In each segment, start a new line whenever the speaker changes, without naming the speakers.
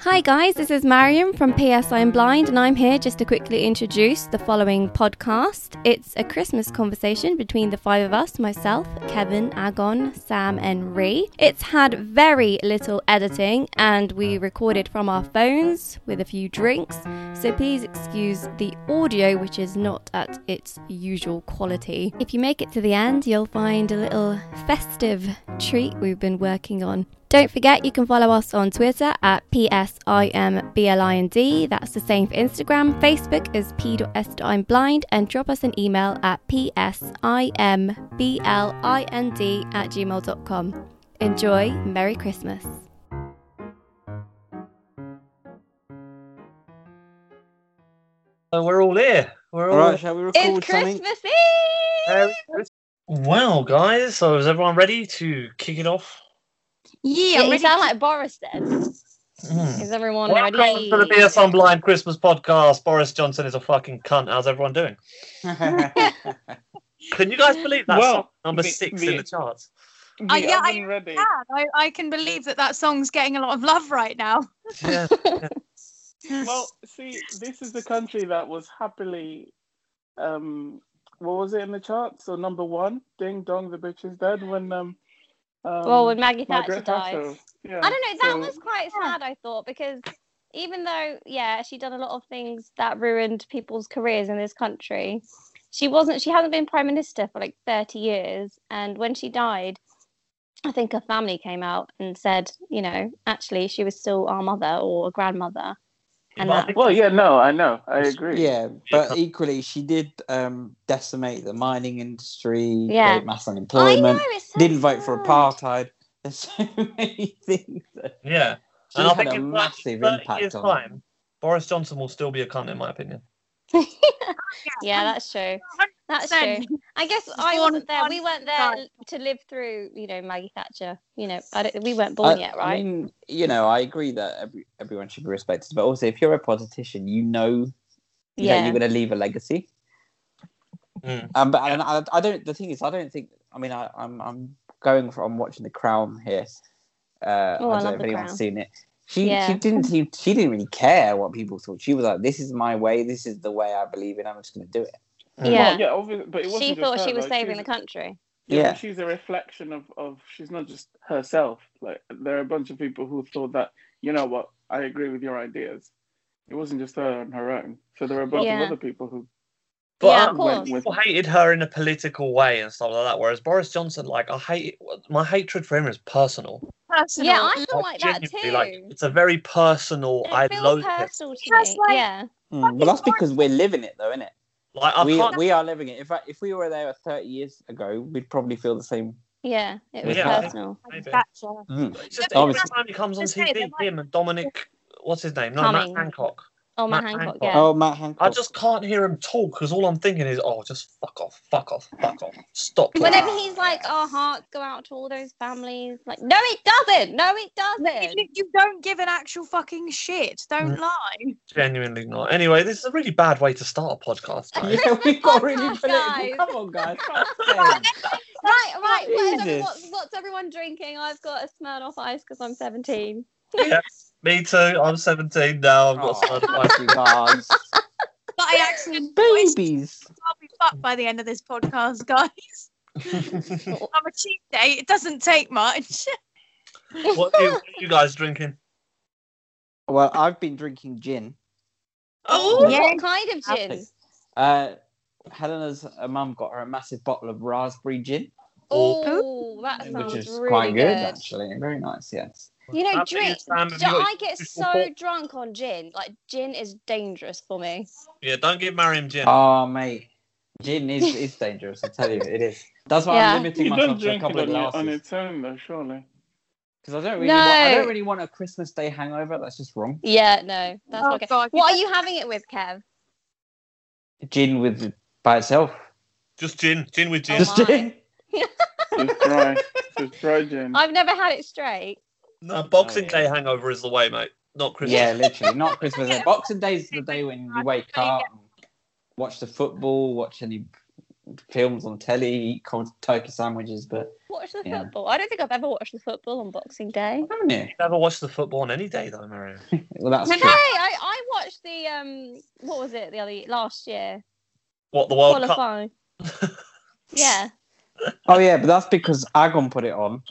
Hi, guys, this is Mariam from PS I'm Blind, and I'm here just to quickly introduce the following podcast. It's a Christmas conversation between the five of us myself, Kevin, Agon, Sam, and Ree. It's had very little editing, and we recorded from our phones with a few drinks, so please excuse the audio, which is not at its usual quality. If you make it to the end, you'll find a little festive treat we've been working on. Don't forget you can follow us on Twitter at PSIMBLIND. That's the same for Instagram. Facebook is P.S.IMBLIND and drop us an email at PSIMBLIND at gmail.com. Enjoy. Merry Christmas.
So we're all here. We're all,
All right, shall we record
It's
something?
Christmas Eve!
Merry Christmas. Well, guys, so is everyone ready to kick it off?
Yeah, you sound like Boris then.
Mm.
Hmm.
Is everyone
Welcome
ready?
to the BS on Blind Christmas podcast. Boris Johnson is a fucking cunt. How's everyone doing? Can you guys believe that?
Well,
song? number
me-
six
me-
in the charts.
Uh,
The
yeah, I-
oven ready.
can. I, I can believe that that song's getting a lot of love right now.
Yeah.
Well, see, this is the country that was happily, um, what was it in the charts? So number one, ding dong, the bitch is dead. When um, um
well, when Maggie Thatcher
Margaret
died.
Thatcher. Yeah.
I don't know, that
so-
was quite sad, I thought, because even though, yeah, she done a lot of things that ruined people's careers in this country, she wasn't, she hadn't been Prime Minister for like 30 years. And when she died, I think her family came out and said, you know, actually, she was still our mother or a grandmother. And
But I
that-
think-
Well, yeah, no, I know, I agree.
yeah, but equally, she did um, decimate the mining industry,
Yeah.
create mass
I know,
unemployment,
it's so
didn't vote for
sad.
apartheid. There's so many things. That
yeah.
she
And I
had
think
a
in
massive
30
impact
years'
on.
time, Boris Johnson will still be a cunt, in my opinion.
Yeah, that's true. That's true.
Then-
I guess
Just
I
one-
wasn't there.
one
We weren't there
side.
to live through, you know, Maggie Thatcher. You know, I don't, we weren't born
I-
yet,
I
right?
mean, you know, I agree that every, everyone should be respected, but also if you're a politician, you know you know
yeah.
you're going to leave a legacy.
Mm.
Um, but and I, I don't. The thing is, I don't think. I mean, I, I'm I'm going from watching The Crown here. Uh,
Oh, I
I don't know
love
if
The
anyone's
Crown.
seen it. She
Yeah.
she didn't she, she didn't really care what people thought. She was like, "This is my way. This is the way I believe in. I'm just going to do it."
Mm.
Yeah.
Well, yeah, obviously, but it wasn't
she
just
thought
her,
she was
like,
saving the
she's-
country.
Yeah,
Yeah.
but she's a reflection of of she's not just herself. Like there are a bunch of people who thought that you know what, I agree with your ideas. It wasn't just her on her own. So there were a bunch
Yeah.
of other people who
But
yeah,
um,
of course.
with-
people hated her in a political way and stuff like that. Whereas Boris Johnson, like, I hate my hatred for him is personal.
Personal.
Yeah, I feel
Like,
like that
genuinely,
too.
Like, it's a very personal.
It
I
feels
loathe him.
personal to
That's
me.
like-
yeah.
Mm. Well, that's because we're living it, though, isn't it?
Like I
we
can't.
we are living it. In fact, if we were there 30 years ago, we'd probably feel the same.
Yeah. It was
Yeah.
personal.
Maybe.
Thatcher.
Hmm.
Mm.
It's just every
Obviously.
time he comes on
Just say
TV,
that, like-
him and Dominic, what's his name? No, Matt
Cumming.
Hancock.
Oh, my
Matt
Hancock,
Hancock.
yeah.
Oh, Matt Hancock.
I just can't hear him talk because all I'm thinking is, oh, just fuck off, fuck off, fuck off, stop. talking.
Whenever he's like, our hearts go out to all those families. Like, no, it doesn't. No, it doesn't.
You, you don't give an actual fucking shit. Don't
Mm.
lie.
Genuinely not. Anyway, this is a really bad way to start a podcast. guys.
Yeah, we got really
Podcast,
political.
guys.
Come on, guys. Fuck's sake.
Right, right. Whatever,
Jesus.
what's, what's everyone drinking? I've got a Smirnoff Ice because I'm 17.
Me too. I'm 17 now. I've got
Oh,
some advice.
you guys.
But I actually
Babies.
I'll be fucked by the end of this podcast, guys. I'm a cheap date. It doesn't take much.
what, are you, what are you guys drinking?
Well, I've been drinking gin.
Oh,
Yeah.
What kind of gin?
Lovely. Uh, Helena's uh, mum got her a massive bottle of raspberry gin,
Oh, that sounds
which is
really
quite
good.
good, actually. Very nice, yes.
You know,
That
drink.
means, Sam, have
Do you
you
know,
got
I get
usual
so
pot?
drunk on gin. Like gin is dangerous for me.
yeah. Don't give Mariam gin.
Oh, mate. Gin is, is dangerous, I tell you, it is. That's why
Yeah.
I'm limiting
you
myself
don't
to a
drink it
couple of
on, your- on
glasses.
its own though, surely.
Because I don't really,
No.
want, I don't really want a Christmas Day hangover. That's just wrong.
Yeah, no, that's
Oh,
okay.
God, you
What are you having it with, Kev?
Gin with by itself.
Just gin. Gin with gin.
just
my.
gin.
It's dry. it's dry gin.
I've never had it straight.
No, Boxing
Oh, yeah.
Day hangover is the way, mate. Not Christmas.
Yeah, literally, not Christmas. Day. Boxing Day is the day when you wake up, watch the football, watch any films on telly, eat cold turkey sandwiches, but
Watch the
Yeah.
football. I don't think I've ever watched the football on Boxing Day.
haven't you?
Never watched the football on any day though, Mario.
Well, that's
No,
Hey,
true.
I, I watched the um what was it the other last year
What the World Cup?
qualifying. yeah,
Oh yeah, but that's because Agon put it on,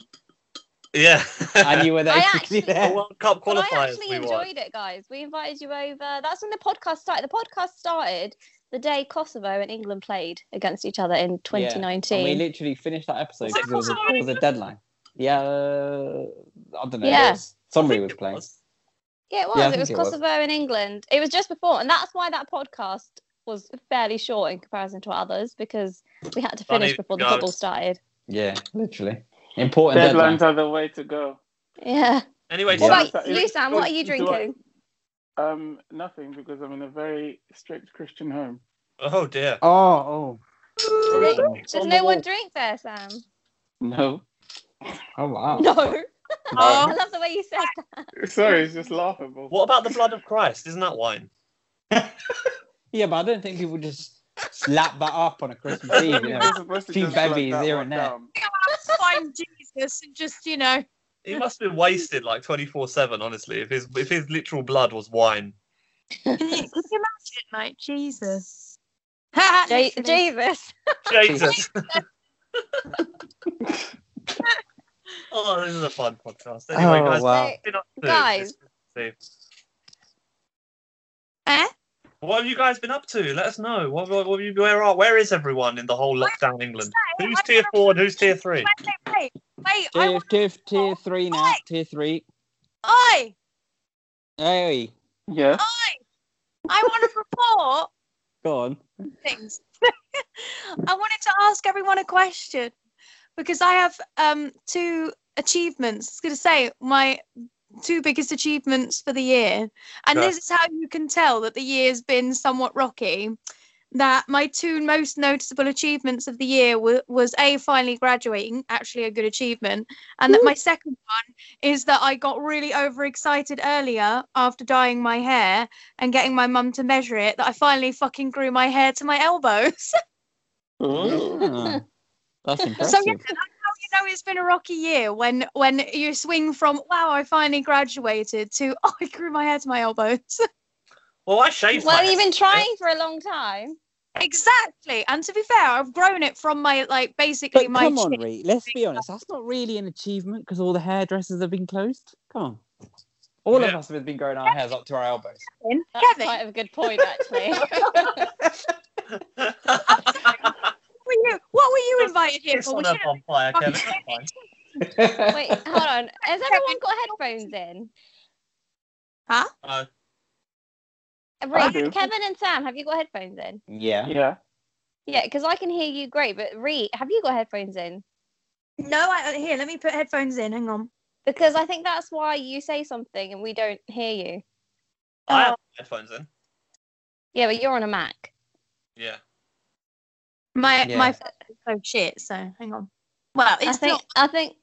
Yeah.
and you were there.
I
to
actually-
see
The
that.
World Cup
but I
qualifiers
actually
we
enjoyed
watched.
it, guys. We invited you over. That's when the podcast started. The podcast started the day Kosovo and England played against each other in
And we
2019.
literally finished that episode because there was, a, there was a deadline. Yeah, uh, I don't know.
Yeah.
Yeah. somebody was playing.
yeah, it was.
Yeah, I
it
think
was
it was.
Kosovo and England. It was just before, and that's why that podcast was fairly short in comparison to others because we had to
Don't
finish
even
before the
go.
football started.
Yeah, literally. Important deadline.
Deadlines are the way to go.
Yeah.
Anyway,
Yeah.
What
so
about
So
you,
it-
Sam? What are you
do I-
drinking?
Um, nothing because I'm in a very strict Christian home.
oh dear.
Oh, oh,
Does
oh,
Does no one drink there, Sam?
No,
oh, wow.
No. I
Oh,
love the way you said that.
sorry, it's just laughable.
What about the blood of Christ? Isn't that wine?
Yeah, but I don't think people just slap that up on a Christmas Eve. You
You're
know?
supposed to
Two
just like
babies
that
here
one
and there.
down.
I'll find Jesus and just, you know,
He must have been wasted like twenty four seven, honestly, if his if his literal blood was wine.
can you, can you imagine, like, Jesus? Ha, ha,
J-
literally.
Jesus.
Jesus. oh, this is a fun podcast. Anyway,
Oh,
guys,
wow.
So,
been up to
Guys.
this-
Eh?
What have you guys been up to? Let us know. What, what, what have you, where are where is everyone in the whole lockdown England? Who's
I
tier
don't
four and who's tier three?
Wait, wait, wait. Wait, I
Tier,
want
tier, tier three now. Tier three.
I,
Hey,
Yeah.
I, I want to report
go on.
things. I wanted to ask everyone a question because I have um, two achievements. I was going to say my two biggest achievements for the year. And
Okay.
this is how you can tell that the year's been somewhat rocky. That my two most noticeable achievements of the year were, was A, finally graduating, actually a good achievement. And that my second one is that I got really overexcited earlier after dyeing my hair and getting my mum to measure it that I finally fucking grew my hair to my elbows.
Ah, that's impressive.
So yeah, that's how you know it's been a rocky year when when you swing from wow, I finally graduated to oh, I grew my hair to my elbows.
Well, I shaved my
Well,
head.
you've been trying for a long time.
exactly. And to be fair, I've grown it from my like basically
But
my
come on,
chin.
Ree. Let's be honest. That's not really an achievement because all the hairdressers have been closed. Come on. All of
Yeah.
us have been growing our hairs up to our elbows.
That's
Kevin.
quite a good point, actually.
What were you, what were you invited here
Piss
for? We
on a
shouldn't have
bonfire, Kevin.
fucking-
That's fine.
Wait, hold on. Has everyone got headphones in?
Uh,
I
Ree,
do.
Kevin and Sam, have you got headphones in?
yeah.
Yeah.
Yeah, because I can hear you great, but Ree, have you got headphones in?
No, I, here, let me put headphones in. Hang on.
Because I think that's why you say something and we don't hear you. Oh.
I have headphones in.
Yeah, but you're on a Mac.
Yeah.
My
Yeah.
my phone is so shit. So hang on. Well,
I
it's
think
not.
I think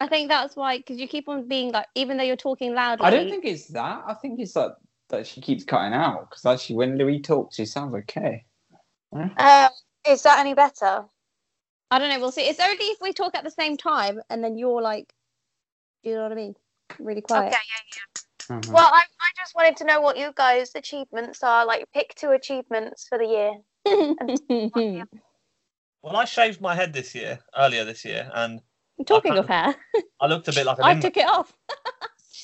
I think that's why because you keep on being like even though you're talking loudly.
I don't think it's that. I think it's that that she keeps cutting out because actually when Louis talks, she sounds okay.
Um, is that any better?
I don't know. We'll see. It's only if we talk at the same time and then you're like, do you know what I mean? Really quiet.
Okay.
Mhm.
Well, I, I just wanted to know what you guys' achievements are. Like, pick two achievements for the year.
Hmm.
Well, I shaved my head this year, earlier this year, and
talking
can't-
of hair,
I looked a bit like an
I
invalid.
took it off.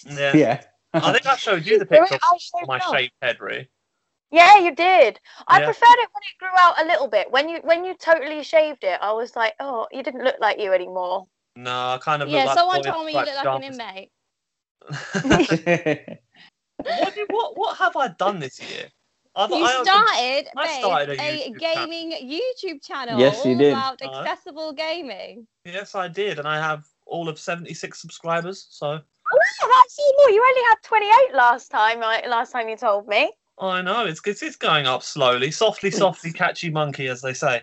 Yeah.
yeah.
I think I showed you the
Really?
picture
I
of
shaved
my
off.
shaved head, Ree.
Oh, Yeah, you did. I
Yeah.
preferred it when it grew out a little bit. When you when you totally shaved it, I was like, oh, you didn't look like you anymore.
No, I kind of look
Yeah,
like
someone
boy-
told me you
like
look like an
pajamas.
inmate.
what, do- what what have I done this year? I've,
You
I-
started,
I
babe,
started a
a,
YouTube
gaming YouTube channel
Yes, you
all
did.
about
Uh-huh.
accessible gaming.
Yes, I did, and I have all of seventy six subscribers. So
Yeah, that's even more. You only had twenty eight last time. Right, last time you told me.
I know it's it's it's going up slowly, softly, softly, catchy monkey, as they say.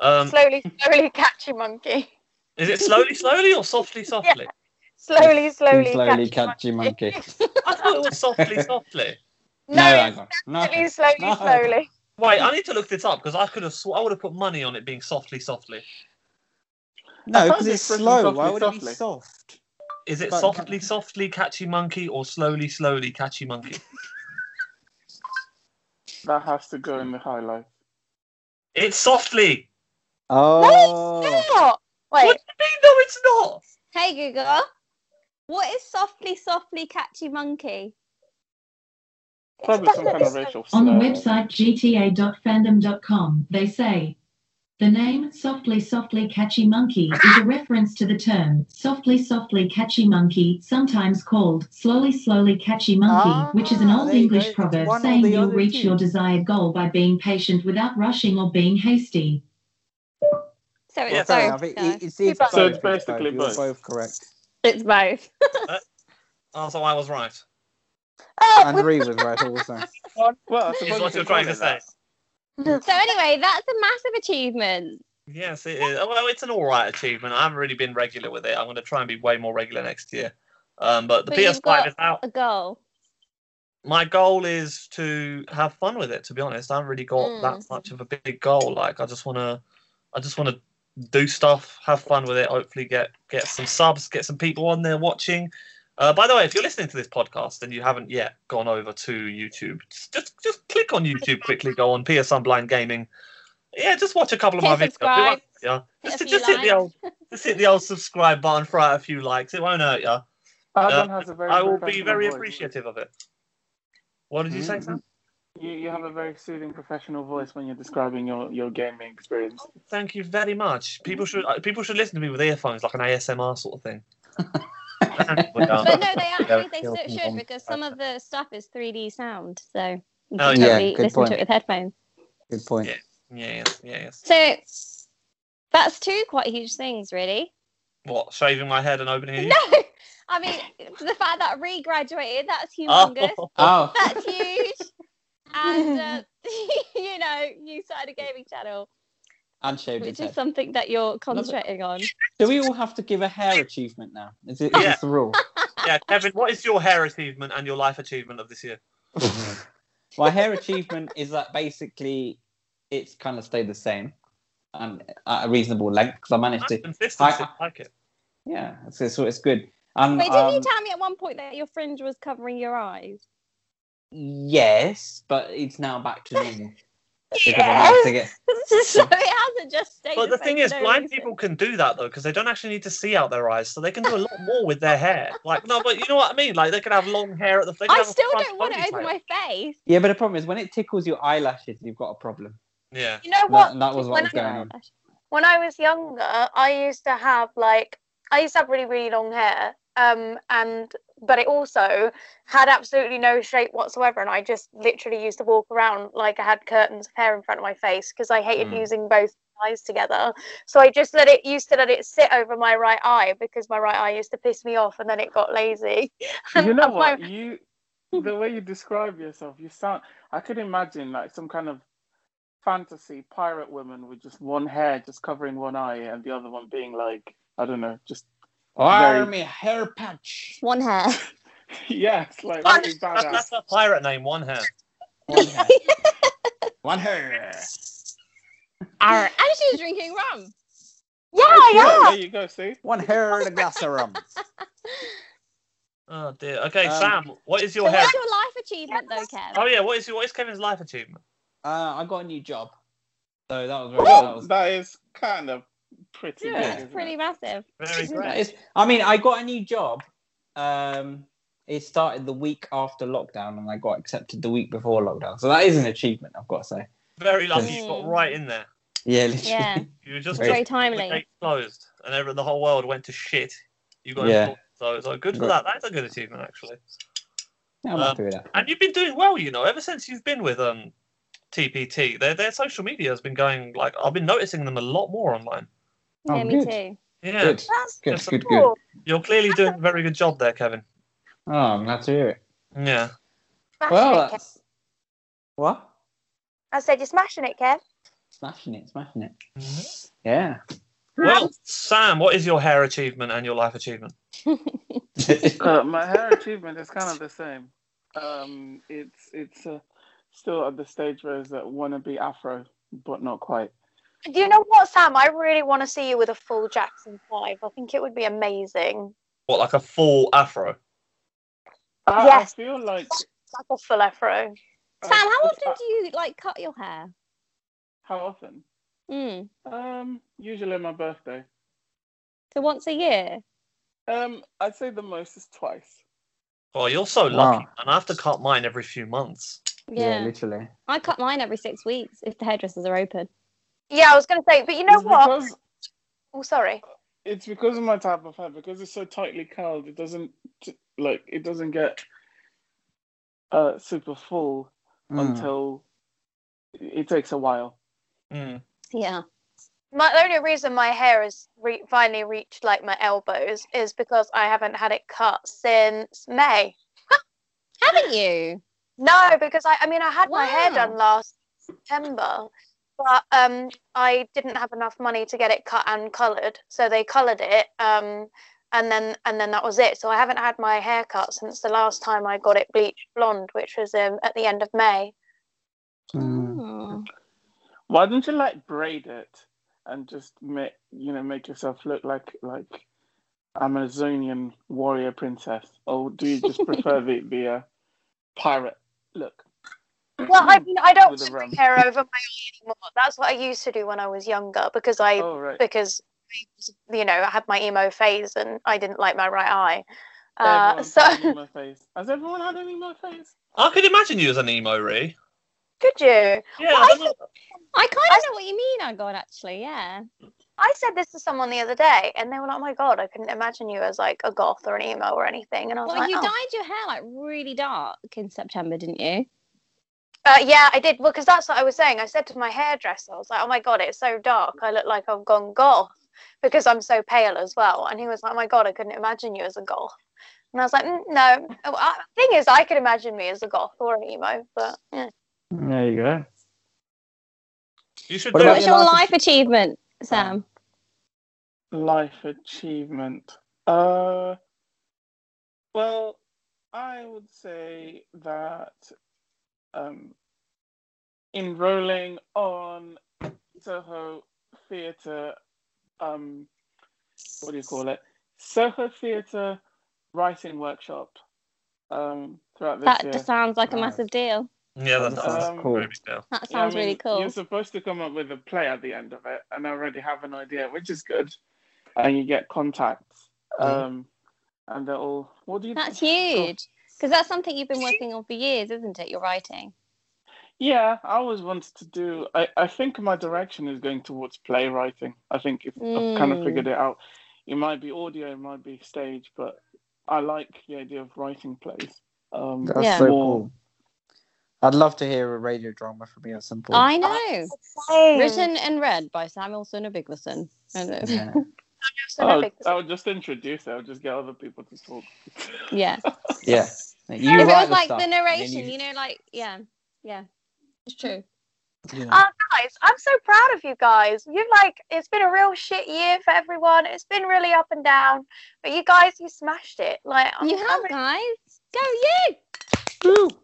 Um,
Slowly, slowly, catchy monkey.
is it slowly, slowly, or softly, softly?
Slowly, slowly,
slowly
catchy
catchy monkey.
I thought it was softly, softly.
monkey. No,
Agon. No.
slowly, slowly,
No.
slowly.
Wait, I need to look this up because I could have. Sw- I would have put money on it being softly, softly.
I
No,
found
because
the
it's
expression
slow.
softly,
Why would it
softly.
be soft?
Is it
But-
softly, softly, catchy monkey, or slowly, slowly, catchy monkey?
That has to go in the highlight.
It's softly.
Oh,
Oh,
What
wait.
do you mean? No, it's not.
Hey Google, what is softly, softly, catchy monkey?
Probably some kind of racial slur.
On the website gta.fandom.com, they say the name Softly Softly Catchy Monkey is a reference to the term Softly Softly Catchy Monkey, sometimes called Slowly Slowly Catchy Monkey,
Ah,
which is an old
there you go.
English
It's
proverb
one or
saying
the
you'll
other
reach
two.
your desired goal by being patient without rushing or being hasty.
So it's
Yeah,
both.
fair enough. It,
guys.
it, it's, it's
So
both.
it's
basically
You're
both.
both correct.
It's both.
Oh, so I was right.
Oh,
And
we've-
Ree was right also.
Well, I
Is what
suppose you
you're
can call
trying to
it
say.
that.
So anyway, that's a massive achievement.
Yes, it is. Well, it's an all right achievement. I haven't really been regular with it. I'm going to try and be way more regular next year. Um, but the
But you've
PS5
got-
is out.
A goal.
My goal is to have fun with it. To be honest, I haven't really got
Hmm.
Mm.
that much of a big goal. Like, I just want to, I just want to do stuff, have fun with it. Hopefully, get get some subs, get some people on there watching. Uh, by the way, if you're listening to this podcast and you haven't yet gone over to YouTube, just just, just click on YouTube quickly. Go on PS Unblind Gaming. Yeah, just watch a couple of
Hit
my videos. It won't
subscribe.
hurt ya. Just,
Hit a
just
few
hit the old, just hit the old subscribe button, throw out a few likes. It won't hurt you.
Adam has a very.
Uh, I will
very
be very
professional voice.
appreciative of it. What did you
Mm-hmm.
say, Sam?
You, you have a very soothing professional voice when you're describing your, your gaming experience.
Thank you very much. People should uh, people should listen to me with earphones, like an ASMR sort of thing. And we are.
But no, they actually they
kill
should,
things
should
on
because some of the stuff is 3D sound, so you can
Oh, yeah.
Yeah,
totally
good
listen
point.
to it with headphones.
Good point.
yeah, yes, yeah, yes.
So that's two quite huge things, really.
What? Shaving my head and opening a
No, I mean the fact that I regraduated, that's humongous.
YouTube? Oh,
Oh,
That's huge. And uh, you know, you started a gaming channel,
unshaved his
which is
head.
something that you're concentrating on.
Do we all have to give a hair achievement now? Is it is
Yeah.
this the rule?
yeah, Kevin. What is your hair achievement and your life achievement of this year?
My hair achievement is that basically it's kind of stayed the same and at a reasonable length because I managed to.
Consistency,
I-
I like it.
Yeah, it's, it's, it's good. And,
Wait, didn't you
um,
tell me at one point that your fringe was covering your eyes?
Yes, but it's now back to normal. Because I managed to get-
so it hasn't just stayed.
But the
same
thing
for
is,
no
blind
reason.
people can do that though, because they don't actually need to see out their eyes, so they can do a lot more with their hair. Like, no, but you know what I mean. Like, they can have long hair at the. They can
I
have a
still
front
don't want it
ponytail.
over my face.
Yeah, but the problem is when it tickles your eyelashes, you've got a problem.
Yeah.
you know
And
what?
That, and that was what
When
was
I-
going on.
when I was younger, I used to have like I used to have really really long hair, um, and but it also had absolutely no shape whatsoever, and I just literally used to walk around like I had curtains of hair in front of my face because I hated
Hmm.
Mm.
using both eyes together. So I just let it used to let it sit over my right eye because my right eye used to piss me off, and then it got lazy.
You know
And my-
what? You the way you describe yourself, you sound. I could imagine like some kind of fantasy pirate woman with just one hair, just covering one eye, and the other one being like I don't know, just
Army hair patch.
One hair.
yeah, it's like
That's,
really
that's,
badass.
her pirate name, One Hair.
One hair. One hair.
and she was drinking rum.
Yeah,
Yeah,
yeah.
there you go. See,
One hair and a glass of rum.
Oh dear. Okay,
Um,
Sam, what is your
so
hair?
what's your life achievement though, Kev?
Oh yeah, what is your, what is Kevin's life achievement?
Uh, I got a new job. So that was very that
well,
was,
that is kind of pretty.
Yeah.
big,
It's
isn't
pretty
it?
massive.
Very
that
great.
is, I mean, I got a new job. Um, it started the week after lockdown, and I got accepted the week before lockdown. So that is an achievement, I've got to say.
Very lucky. You got
Mm.
right in there.
Yeah, literally.
Yeah,
You were just just
Very-
very
when the
timely.
gate closed, and every, the whole world went to shit. You got
Yeah.
employed, so so good for
Right.
that. That's a good achievement actually.
Yeah, I'm
Um,
happy with that.
And you've been doing well, you know, ever since you've been with um TPT. Their their social media has been going like I've been noticing them a lot more online.
Oh,
yeah, me
good.
too.
Yeah,
Good,
That's
good,
that's
good, good.
cool.
you're clearly doing a very good job there, Kevin.
Oh, I'm glad to hear it.
Yeah.
Smashing
Well,
it, Kev.
that's... what?
I said you're smashing it, Kev.
Smashing it, smashing it. Mm-hmm.
Mhm.
Yeah.
Well, Sam, what is your hair achievement and your life achievement?
Uh, my hair achievement is kind of the same. Um, it's it's uh, still at the stage where it's that wanna be afro, but not quite.
Do you know what, Sam? I really want to see you with a full Jackson 5. I think it would be amazing.
What, like a full afro?
I,
Yes.
I feel like
Like a full afro.
uh,
Sam, how
I-
often do you like cut your hair?
how often?
Mm.
Um, usually on my birthday.
So once a year.
Um, I'd say the most is twice.
Oh, you're so
Wow.
lucky. And I have to cut mine every few months.
Yeah.
literally.
I cut mine every six weeks if the hairdressers are open.
Yeah, I was going to say, but you know
It's
what?
Because
Oh, sorry.
it's because of my type of hair. Because it's so tightly curled, it doesn't t- like it doesn't get uh super full
Mm.
until it takes a while.
Mm.
Yeah.
My, the only reason my hair has re- finally reached like my elbows is because I haven't had it cut since May.
Haven't you?
No, because I, I mean, I had my hair
Wow.
done last September, but um, I didn't have enough money to get it cut and coloured, so they coloured it, um, and then and then that was it. So I haven't had my hair cut since the last time I got it bleached blonde, which was um, at the end of May.
Mm.
Oh.
Why don't you like braid it and just make you know make yourself look like like Amazonian warrior princess, or do you just prefer the the uh, pirate look?
Well, I mean, I don't
With the
want my
rum.
hair over my eye anymore. That's what I used to do when I was younger because I
oh right,
because I was- you know I had my emo phase and I didn't like my right eye. Uh,
Everyone's
so
had an emo phase. Has everyone had an emo phase?
I could imagine you as an emo, Ree.
could you?
Yeah,
Well, I
I don't know.
I kind
I-
of know what you mean, Agon, actually. Yeah.
I said this to someone the other day, and they were like, "Oh my god, I couldn't imagine you as like a goth or an emo or anything." And I was
Well,
like,
you
"Oh."
dyed your hair like really dark in September, didn't you?
Uh, "Yeah, I did." Well, because that's what I was saying. I said to my hairdresser, "I was like, oh my god, it's so dark. I look like I've gone goth because I'm so pale as well." And he was like, "Oh my god, I couldn't imagine you as a goth." And I was like, "Mm, "No." Oh, I, thing is, I could imagine me as a goth or an emo, but yeah.
There you go.
You should
What
do
about
it.
What's
your
your
life
life achievement, Sam?
Life achievement. Uh, well, I would say that um, enrolling on Soho Theatre, um, what do you call it? Soho Theatre Writing Workshop um, throughout this
That
year.
just sounds like a
Nice.
massive deal.
Yeah, that sounds
Um,
cool.
very big deal.
That
Yeah, I
sounds really
mean, You're
cool.
supposed to come up with a play at the end of it, and I already have an idea, which is good. And you get contacts,
Mhm.
um, and they're all. What do you?
Mm-hmm. That's
cool.
huge. Because that's something you've been working on for years, isn't it? Your writing.
Yeah, I always wanted to do. I, I think my direction is going towards playwriting. I think if, I've kind of
Mm.
figured it out. It might be audio, it might be stage, but I like the idea of writing plays. Um,
That's
Yeah.
so
more-
cool. I'd love to hear a radio drama from you at some point.
I know.
Same.
Written and read by Samuelson and Biglison. And it-
Yeah.
So no
Oh,
big-
I'll just introduce it. I'll just get other people to talk.
Yeah.
yeah. You
If it
write
was like
stuff,
the
and then
narration, you... know, like yeah, yeah, it's true.
yeah.
Ah,
Oh, guys, I'm so proud of you guys. You've like, it's been a real shit year for everyone. It's been really up and down, but you guys, you smashed it. Like, I'm-
You
I'm
have
really-
guys. Go you.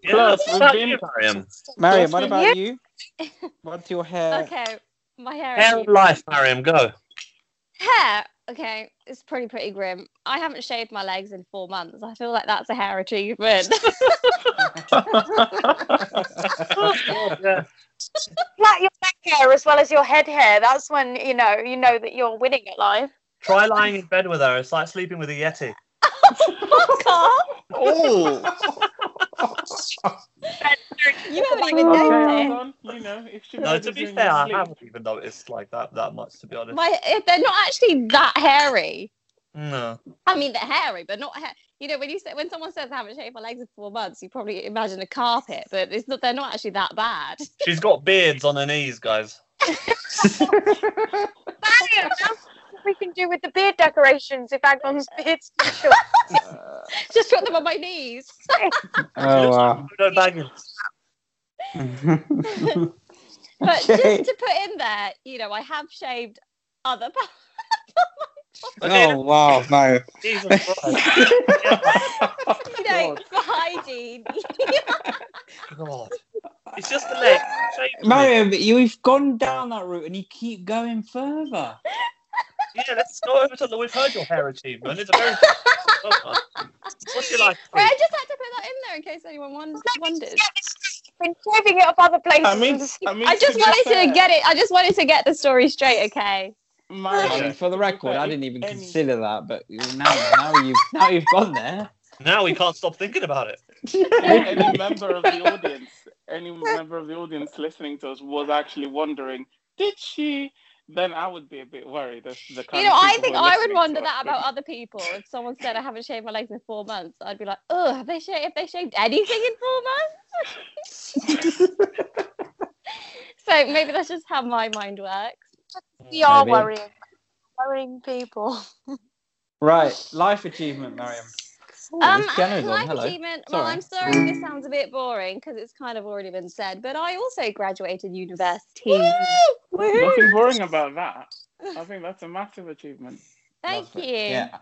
Yeah,
Plus,
that's
we've
about
been-
you, Mariam.
Mariam,
Yes,
what
we-
about you? What's your hair?
Okay, my
Hair
hair.
and
achievement.
life, Mariam, go.
Hair. Okay, it's pretty pretty grim. I haven't shaved my legs in four months. I feel like that's a hair achievement.
yeah.
Like your neck hair as well as your head hair. That's when you know you know that you're winning at life.
Try lying in bed with her. It's like sleeping with a Yeti.
Fuck off!
oh,
You haven't even
Okay,
noticed.
Algon, you know, if she
No, to
murders
be
you in
fair,
your
I
sleep,
haven't even noticed like that that much, to be honest.
My if they're not actually that hairy.
No.
I mean, they're hairy, but not hair. You know, when you say when someone says I haven't shaved my legs in four months, you probably imagine a carpet, but it's not. They're not actually that bad.
She's got beards on her knees, guys.
Mariam, that's what we can do with the beard decorations if Agnon's beard's too short.
Just put them on my knees.
oh wow.
No baggins.
But
Okay.
just to put in there, you know, I have shaved other parts.
oh wow, no.
Jesus Christ.
Oh,
you know, for hygiene.
God. It's just the leg. Shave it.
Mario, but you've gone down that route and you keep going further.
Yeah, let's go over to the. We've heard your hair achievement. It's a very. What's your life?
Right, I just had to put that in there in case anyone won- wonders.
Been shaving it up other places.
I mean, I, mean,
I just
be
wanted
fair,
to get it. I just wanted to get the story straight. Okay.
Mario,
I mean, for the record, I
if
didn't even
any-
consider that, but now, now you've now you've gone there.
Now we can't stop thinking about it.
any member of the audience, any member of the audience listening to us was actually wondering, did she? Then I would be a bit worried. As the kind
You know,
of
I
people
think
who are
I would
listening
wonder
to us.
that about other people. If someone said I haven't shaved my legs in four months, I'd be like, oh, have they shaved? If they shaved anything in four months? so maybe that's just how my mind works.
We are
Maybe.
worrying, worrying people.
Right, life achievement, Mariam. Ooh,
Um,
this
and
piano's
life
on. Hello.
achievement. Well,
Sorry.
I'm sorry this sounds a bit boring because it's kind of already been said, but I also graduated university.
Nothing boring about that. I think that's a massive achievement.
Thank
Lovely.
you.
Yeah.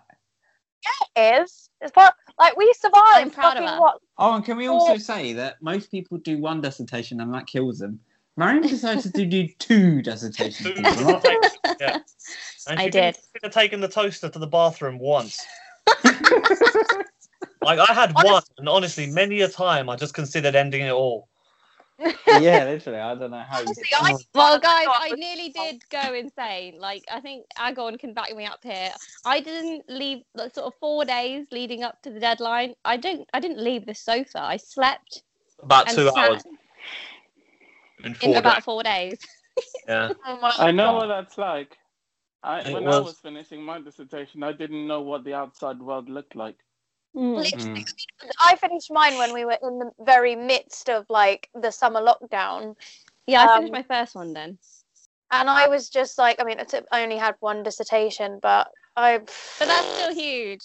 It is. It's part like we survived.
I'm proud of
fucking
her.
what?
Oh, and can we also say that most people do one dissertation and that kills them. Mariam decided to do two dissertations.
Two
people, not-
Yeah. And
I
she
did.
Could have taken the toaster to the bathroom once. like I had
Honest-
one, and honestly, many a time I just considered ending it all.
yeah, literally. I don't know how you did
Honestly,
that.
I
Mm-hmm.
Oh,
Well, guys,
God,
I
was-
nearly did go insane. Like, I think Agon can back me up here. I didn't leave the sort of four days leading up to the deadline. I don't. I didn't leave the sofa. I slept
About
and
two
sat
hours in
in
four
about
days.
four days.
Yeah.
oh my-
I know
Wow.
what that's like. I,
It
when I
was-
was finishing my dissertation, I didn't know what the outside world looked like. Mm-hmm.
Hmm.
Mm.
Mm.
I finished mine when we were in the very midst of like the summer lockdown,
Yeah, I finished
Um,
my first one then.
and I was just like, I mean, it's, I only had one dissertation, but I,
But that's still huge.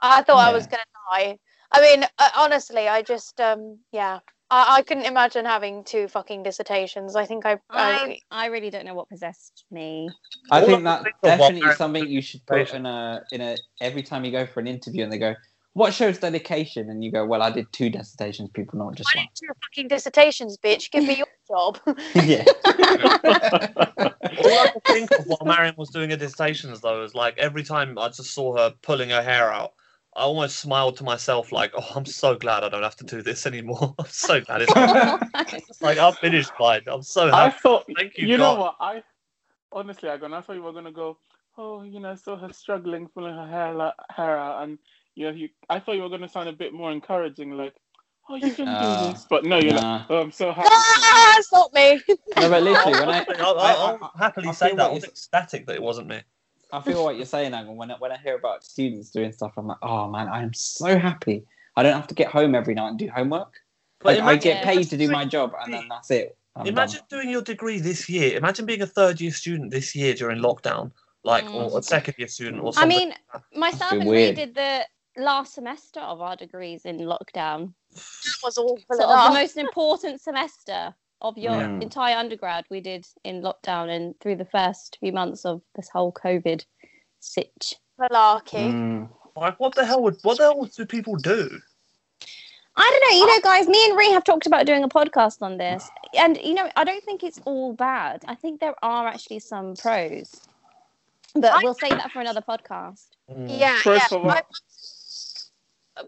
I thought I
Yeah.
was gonna die. I mean, uh, honestly, I just, um, yeah, I, I couldn't imagine having two fucking dissertations. I think I,
I
I,
I really don't know what possessed me.
I
All
think
I
that's
think of what
definitely
Mariam
something you should put in a in a every time you go for an interview and they go, "What shows dedication?" and you go, "Well, I did two dissertations, people, not just
I
one."
did two fucking dissertations, bitch. Give me your job.
yeah.
All I could think of while Marion was doing her dissertations, though, is like every time I just saw her pulling her hair out, I almost smiled to myself, like, "Oh, I'm so glad I don't have to do this anymore. I'm so glad it's like I've finished mine. I'm so
I
happy.
thought,
Thank you,
you know
God.
what? I honestly, Agon, I thought you were gonna go. Oh, you know, I saw her struggling, pulling her hair la- hair out, and you know, you. I thought you were gonna sound a bit more encouraging, like, "Oh, you can
Uh,
do this," but no, you're like,
nah.
"Oh, I'm so happy."
ah, it's not me.
No, but literally, when I,
I,
I, I,
will happily
I
say
feel
that.
what
I was
you-
ecstatic that it wasn't me.
I feel what you're saying, Angle, when I, when I hear about students doing stuff, I'm like, oh man, I am so happy. I don't have to get home every night and do homework.
But
Like, I
imagine,
get
Yeah.
paid to do my job, and then that's it. I'm
imagine doing your degree this year. Imagine being a third year student this year during lockdown, like, or a second year student or
I
something.
mean, myself
be
and Ray
weird.
did the last semester of our degrees in lockdown.
That was awful.
sort of
enough.
the most important semester of your
Mm.
Yeah.
entire undergrad we did in lockdown and through the first few months of this whole COVID sitch.
malarkey.
done.
like, what the hell would what the hell do people do?
I don't know, you know, guys, me and Ree have talked about doing a podcast on this. And, you know, I don't think it's all bad. I think there are actually some pros. But
I-
we'll save that for another podcast.
Mm.
Yeah,
Pros
yeah.
for what?
I-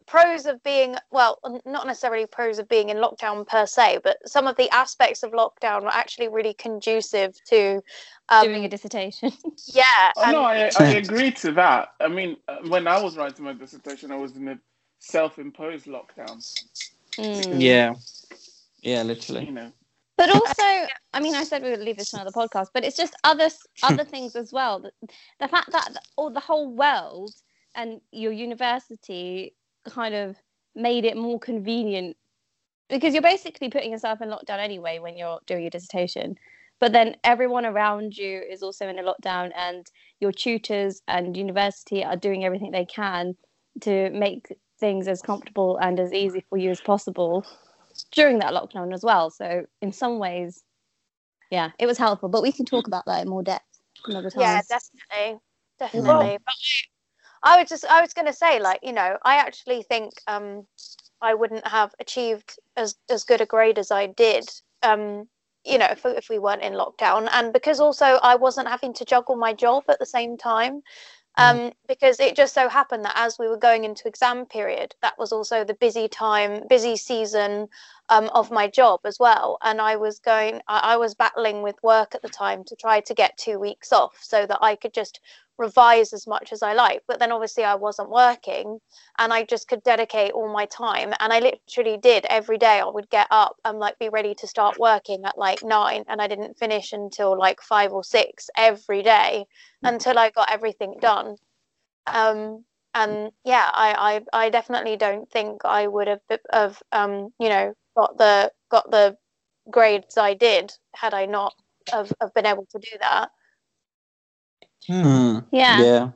pros of being well, n- not necessarily pros of being in lockdown per se, but some of the aspects of lockdown were actually really conducive to um,
doing a dissertation.
yeah.
Oh,
and-
no, I, I agree to that. I mean, uh, when I was writing my dissertation, I was in a self-imposed lockdown.
Mm.
Yeah. Yeah,
You
literally.
know,
But also, I mean, I said we would leave this for another podcast, but it's just other other things as well. The, the fact that the, all the whole world and your university kind of made it more convenient because you're basically putting yourself in lockdown anyway when you're doing your dissertation. But then everyone around you is also in a lockdown, and your tutors and university are doing everything they can to make things as comfortable and as easy for you as possible during that lockdown as well. So in some ways, yeah, it was helpful. But we can talk about that in more depth another time.
Yeah, definitely, definitely. But I, I was just, I was going to say, like, you know, I actually think um, I wouldn't have achieved as as good a grade as I did um, you know, if, if we weren't in lockdown. And because also I wasn't having to juggle my job at the same time, um, because it just so happened that as we were going into exam period, that was also the busy time, busy season um, of my job as well. And I was going, I, I was battling with work at the time to try to get two weeks off so that I could just revise as much as I like. But then obviously I wasn't working and I just could dedicate all my time. And I literally did every day. I would get up and like be ready to start working at like nine, and I didn't finish until like five or six every day
Hmm.
until I got everything done. Um, and yeah, I, I, I definitely don't think I would have, have um, you know, got the got the grades I did had I not have, have been able to do that.
Hmm.
Yeah.
Yeah.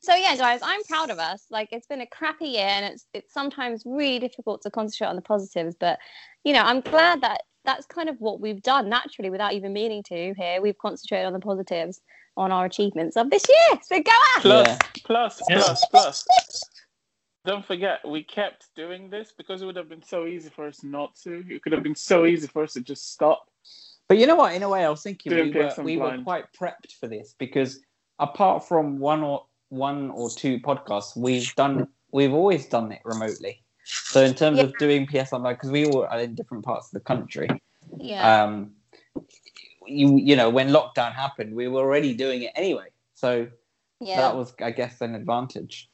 So yeah, guys, I'm proud of us. Like it's been a crappy year, and it's it's sometimes really difficult to concentrate on the positives. But you know, I'm glad that that's kind of what we've done naturally, without even meaning to. Here, we've concentrated on the positives, on our achievements of this year. So go us.
Yeah.
Plus, plus,
Yeah.
plus, plus. Don't forget, we kept doing this because it would have been so easy for us not to. It could have been so easy for us to just stop.
But you know what? In a way, I was thinking
Doing
we were,
Pearson
we were
blind.
quite prepped for this because apart from one or one or two podcasts, we've done we've always done it remotely. So in terms
Yeah.
of doing PS online, because we all are in different parts of the country,
Yeah.
um, you you know when lockdown happened, we were already doing it anyway. So
yeah.
that was, I guess, an advantage.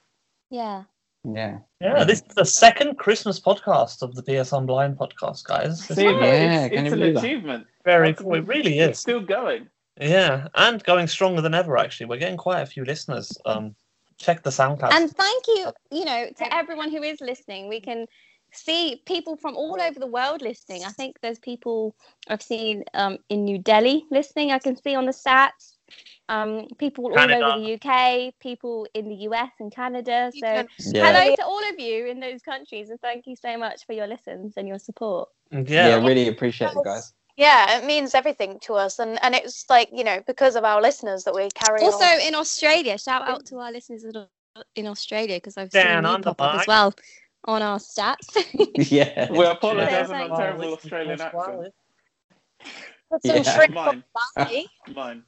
yeah.
Yeah.
Yeah, this is the second Christmas podcast of the PS Blind podcast, guys. It's
See,
Yeah,
yeah,
it's,
can you
it's an
believe that?
achievement.
very cool. It really
It's
is.
still going.
Yeah, and going stronger than ever. Actually, we're getting quite a few listeners. Um, check the soundcast.
and thank you you know to everyone who is listening we can see people from all over the world listening i think there's people i've seen um, in new delhi listening i can see on the stats um, people all
Canada.
over the uk people in the us and canada so
England.
Yeah.
hello to all of you in those countries and thank you so much for your listens and your support
yeah,
Yeah. Really appreciate it, guys.
Yeah, it means everything to us, and and it's like you know because of our listeners that we carry
also
on.
in australia shout out to our listeners in- in australia because i've
Down
seen you
under
pop up
mine.
as well on our stats
yeah.
We
Yeah,
apologise on
thank you.
our terrible Australian accent.
Put some
Yeah.
shrimp
Mine,
Bye.
mine.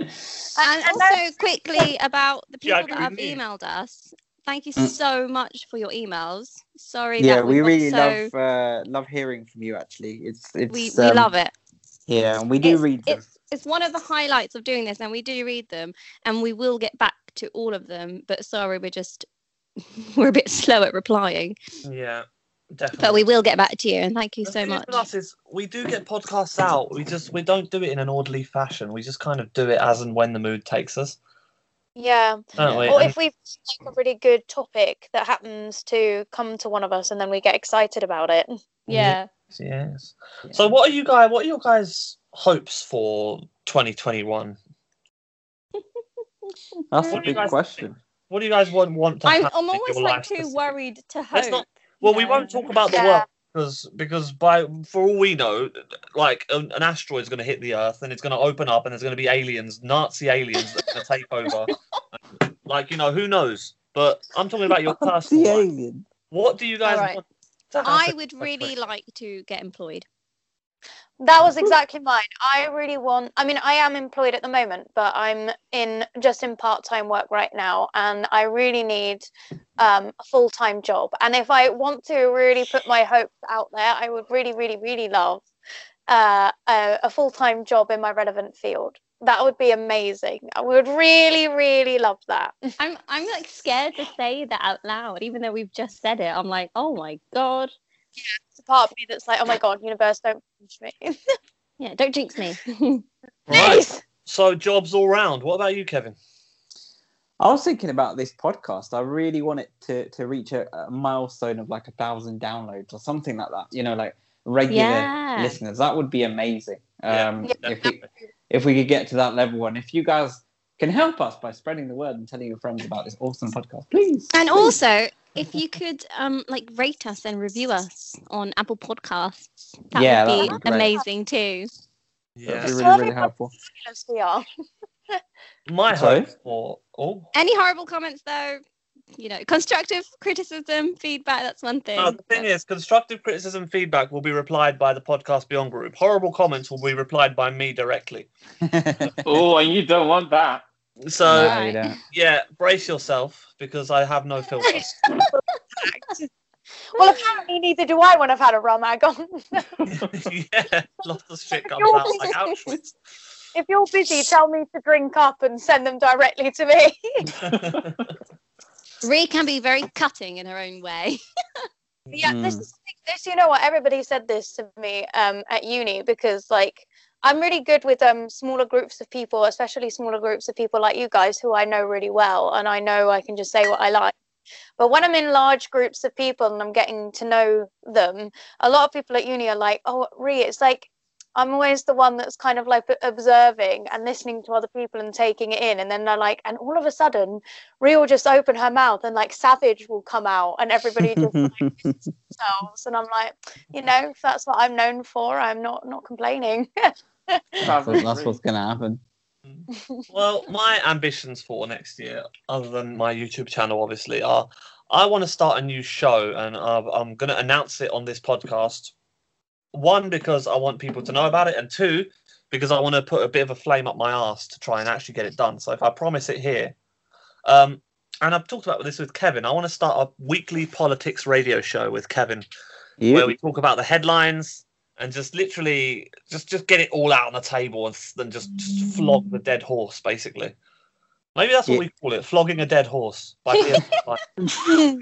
And
And
also quickly about the
Yeah,
people
I
that have
agree.
emailed us. Thank you
Mm.
so much for your emails. Sorry
Yeah,
that
we
we,
really
so,
love uh, love hearing from you. Actually, it's it's
we, we
um,
love it.
Yeah, and we do
It's-
read them.
It's it's one of the highlights of doing this, and we do read them, and we will get back to all of them. But sorry, we're just we're a bit slow at replying,
Yeah, definitely.
but we will get back to you. And thank you
The
so
thing is
much.
with us is we do get podcasts out. We just we don't do it in an orderly fashion. We just kind of do it as and when the mood takes us,
yeah,
don't we?
or
And-
if we've got, like a really good topic that happens to come to one of us, and then we get excited about it.
Yeah.
yes.
Yeah.
So, what are you guys? What are your guys' hopes for 2021?
That's
What
a
do you
big
guys
question.
What do you guys want want to?
I'm,
happen
I'm
in
always
your
like
life
too
this-
worried to
Let's
hope.
not- Well, we
No.
won't talk about the
Yeah.
world because because by for all we know, like an, an asteroid's going to hit the Earth and it's going to open up and there's going to be aliens, Nazi aliens that are going to take over. like you know, who knows? But I'm talking about your personal.
The
life.
alien.
What do you guys
Alright.
want? to happen?
I would really like to get employed.
That was exactly mine. I really want. I mean, I am employed at the moment, but I'm in just in part-time work right now, and I really need um, a full-time job. And if I want to really put my hopes out there, I would really, really, really love uh, a, a full-time job in my relevant field. That would be amazing. I would really, really love that.
I'm I'm like scared to say that out loud, even though we've just said it. I'm like, oh my god,
It's a part of me that's like, oh my god, universe, don't punish me.
yeah, don't jinx me.
Right.
Please.
So jobs all round. What about you, Kevin?
I was thinking about this podcast. I really want it to, to reach a, a milestone of like a thousand downloads or something like that. You know, like regular
Yeah.
listeners. That would be amazing.
Yeah,
Um,
yeah,
if we if we could get to that level, and if you guys can help us by spreading the word and telling your friends about this awesome podcast, please. please.
and also, if you could um like rate us and review us on Apple Podcasts, that
Yeah,
would
that'd
be
be great.
amazing too.
that'd be
Yeah.
really really helpful.
Yes, we are.
My
Sorry?
hope for oh
Any horrible comments though, you know, constructive criticism, feedback. That's one thing.
No, Oh, the thing is, constructive criticism feedback will be replied by the podcast Beyond group. Horrible comments will be replied by me directly.
Uh,
Oh, and you don't want that.
So
No.
you don't.
yeah, brace yourself because I have no filter.
Well, apparently neither do I when I've had a rum agon.
yeah, lots of shit comes out like Auschwitz.
if you're busy, tell me to drink up and send them directly to me.
Ree can be very cutting in her own way.
yeah, this is this. You know what? Everybody said this to me um, at uni because like. I'm really good with um, smaller groups of people, especially smaller groups of people like you guys who I know really well, and I know I can just say what I like. But when I'm in large groups of people and I'm getting to know them, a lot of people at uni are like, oh, Ree, it's like I'm always the one that's kind of like observing and listening to other people and taking it in. And then they're like, and all of a sudden, Ree will just open her mouth and like Savage will come out and everybody just like, themselves. And I'm like, you know, if that's what I'm known for, I'm not not complaining.
That's
That's, that's what's gonna happen.
Well, my ambitions for next year, other than my YouTube channel, obviously, are I want to start a new show, and uh, I'm going to announce it on this podcast. One, because I want people to know about it, and two, because I want to put a bit of a flame up my ass to try and actually get it done. So if I promise it here, um, and I've talked about this with Kevin, I want to start a weekly politics radio show with Kevin where we talk about the headlines and just literally just just get it all out on the table and s- then just, just flog the dead horse basically maybe that's what
Yeah.
we call it flogging a dead horse by PSI.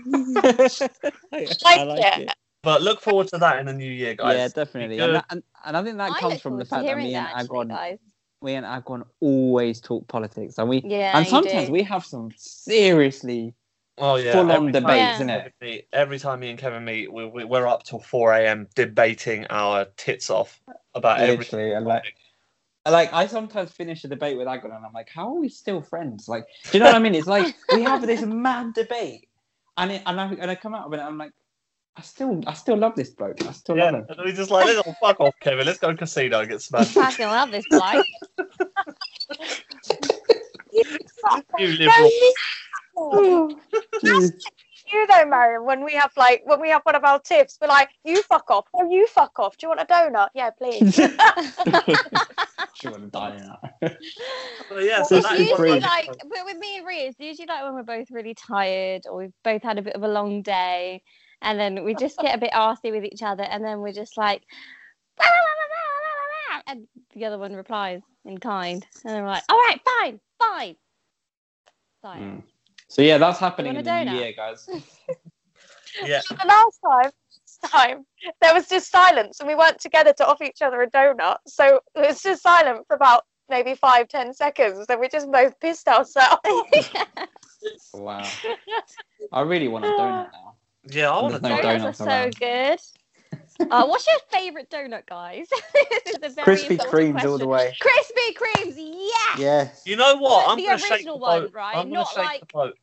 I like it.
but look forward to that in the new year guys
Yeah, definitely. And,
good.
that, and, and I think that
I
comes
look
from the
forward
fact
to
that
hearing
me and
that, actually,
Agon,
guys.
me and Agon always talk politics, and we
Yeah,
and
you
sometimes
do.
we have some seriously
oh yeah
full on
every time
debates,
Yeah.
isn't it?
we meet- every time me and Kevin meet we, we, we're up till 4 a.m debating our tits off about everything
Literally, and like. and, Like I sometimes finish a debate with Agon and I'm like, how are we still friends? Like, do you know what I mean? It's like we have this mad debate, and it, and I and I come out of it, and I'm like, I still I still love this bloke. I still
yeah,
love him.
and we just like, oh, fuck off, Kevin. Let's go casino and get smashed.
Fucking love this bloke.
you liberal.
you though, Marion, when we have like when we have one of our tips, we're like, you fuck off. No, you fuck off. Do you want a donut? Yeah, please.
She wouldn't die now.
But yeah, so
Well,
that
It's
is
usually
Agreed.
like, but with me and Rhea, it's usually like when we're both really tired or we've both had a bit of a long day, and then we just get a bit arsy with each other, and then we're just like, and the other one replies in kind, and they're like, all right, fine, fine, fine.
Mm. So yeah, that's happening
You
in
want
the
a
new
donut?
year, guys.
yeah.
the last time, last time there was just silence, and we weren't together to offer each other a donut. So it was just silent for about maybe five, ten seconds. Then we just both pissed ourselves.
Wow. I really want a donut now.
Yeah, I
And
want to
there's no
know.
Donuts are
donuts
so
around.
good. Uh, what's your favorite donut, guys? this is a very
Krispy
insulting
Kremes all the
question.
way.
Krispy Kremes, yes.
Yes.
You know what?
But
I'm
the
going to shake the
original
boat.
one, right?
I'm going
Not
to shake
like-
the boat.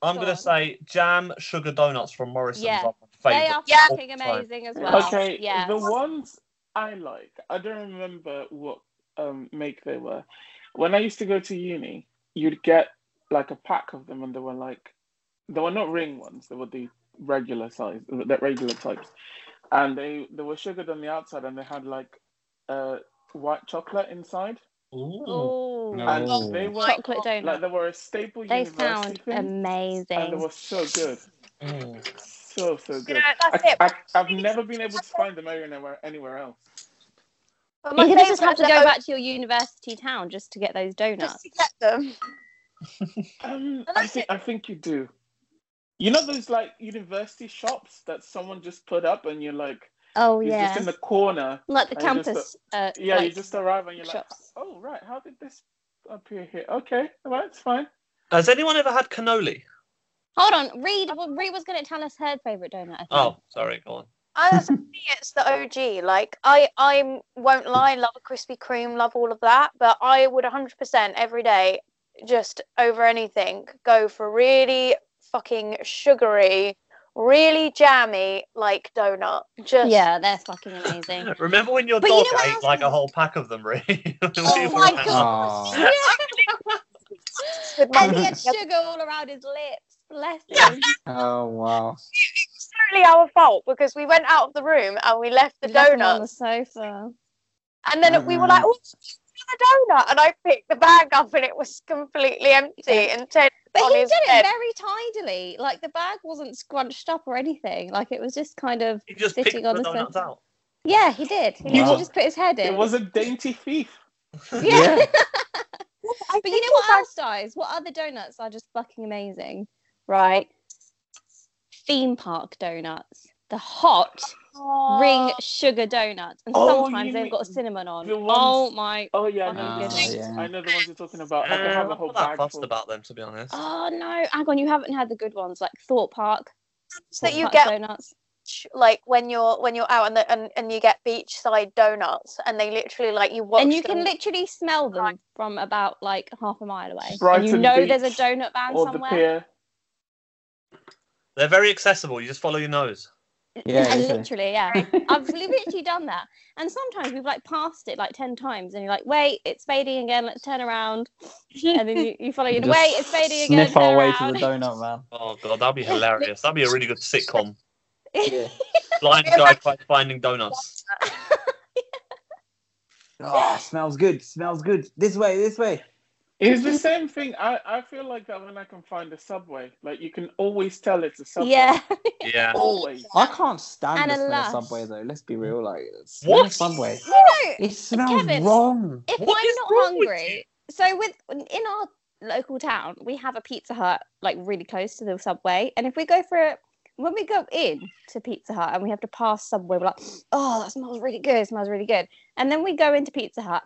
I'm
Go
going to
on.
say jam sugar donuts from Morrison's
Yeah,
are my
They
favorite.
are
Yeah.
fucking amazing as well.
Okay,
Yeah.
the ones I like, I don't remember what um, make they were. When I used to go to uni, you'd get like a pack of them, and they were like, they were not ring ones; they were the regular size, the regular types, and they they were sugared on the outside, and they had like uh, white chocolate inside,
Ooh.
Oh,
No.
and
Oh.
they were
chocolate donut.
like they were a staple
they
university
sound
thing, and they
amazing.
were so good,
Mm.
so so
you
good.
know, that's
I,
it.
I, I've never been able to find them anywhere anywhere else.
But my
You're gonna just
favourite
have to
are
go
the-
back to your university town just to get those
just
donuts.
to get them.
Um,
And
I
that's
think I think you do. You know those like university shops that someone just put up, and you're like,
Oh
you're
yeah,
just in the corner.
like the
I just
campus. uh,
Yeah,
like,
you just arrive and you're
shops.
like, oh right, how did this appear here? Okay, all right, it's fine.
Has anyone ever had cannoli?
Hold on, Reed. Well, Reed was gonna tell us her favorite donut. I think.
Oh, sorry, go on.
I for me, it's the OG. Like I, I won't lie, love a Krispy Kreme, love all of that. But I would 100% every day, just over anything, go for really fucking sugary, really jammy like donut. Just
yeah, they're fucking amazing.
Remember when your
But you
dog
know what
ate
else
like a
was-
whole pack of them, Ree? When we
oh
were
my
out.
god.
Aw.
Yeah.
with
and he
my
had sugar all around his lips. Bless
Yeah.
him.
Oh wow.
It's totally our fault because we went out of the room and we left the
We left him on the
donuts,
sofa.
and then we were
Mm-hmm.
like, "Oh, the donut," and I picked the bag up and it was completely empty. And Ted,
But
on
he
his
did
bed.
it very tidily. Like the bag wasn't scrunched up or anything. Like it was just kind of
He just
Sitting
picked
on
the
the sofa.
donuts out.
yeah. He did. He
Wow.
literally just put his head in.
It was a dainty thief.
yeah.
Yeah.
I
But you
think
know
it was
what else dies? What other donuts are just fucking amazing? Right. Theme park donuts. The hot
our-
ring sugar donuts. And
Oh,
sometimes
you
they've
mean
got cinnamon on.
the ones-
Oh my
Oh yeah, I know,
Oh,
the
goodness.
ones-
yeah.
I know the ones you're talking about. I could
Uh,
have a
I'm
whole
not that
bag
fussed
full.
about them, to be honest.
Oh no, Agon, you haven't had the good ones like Thought Park.
that
Thought
you
Park
get
donuts.
beach, like when you're when you're out and, the, and and you get beachside donuts and they literally like you watch
And you
them.
can literally smell them from about like half a mile away. and you
Brighton
know there's
Beach
a donut van
Or the
somewhere.
pier.
They're very accessible. You just follow your nose.
Yeah,
and
literally.
literally, yeah. I've literally done that. And sometimes we've like passed it like 10 times and you're like, wait, it's fading again, let's turn around. And then you, you follow your
Just
wait, it's fading again.
Sniff
turn
our way to
around.
the donut, man.
Oh god, that'd be hilarious. That'd be a really good sitcom.
Yeah.
Blind guy fi- finding donuts.
Oh, smells good. Smells good. This way. This way.
It's the same thing. I, I feel like that when I can find a subway. Like you can always tell it's a subway.
yeah.
Yeah.
Always.
I can't stand
And
the
a
smell
lush.
of Subway though. Let's be real, like the smell of
What?
Subway.
You know,
It smells
Kevin,
wrong.
if
What
I'm
is
not
wrong with
hungry, so with in our local town, we have a Pizza Hut like really close to the subway, and if we go for a when we go in to Pizza Hut and we have to pass Subway, we're like, oh, that smells really good, it smells really good, and then we go into Pizza Hut,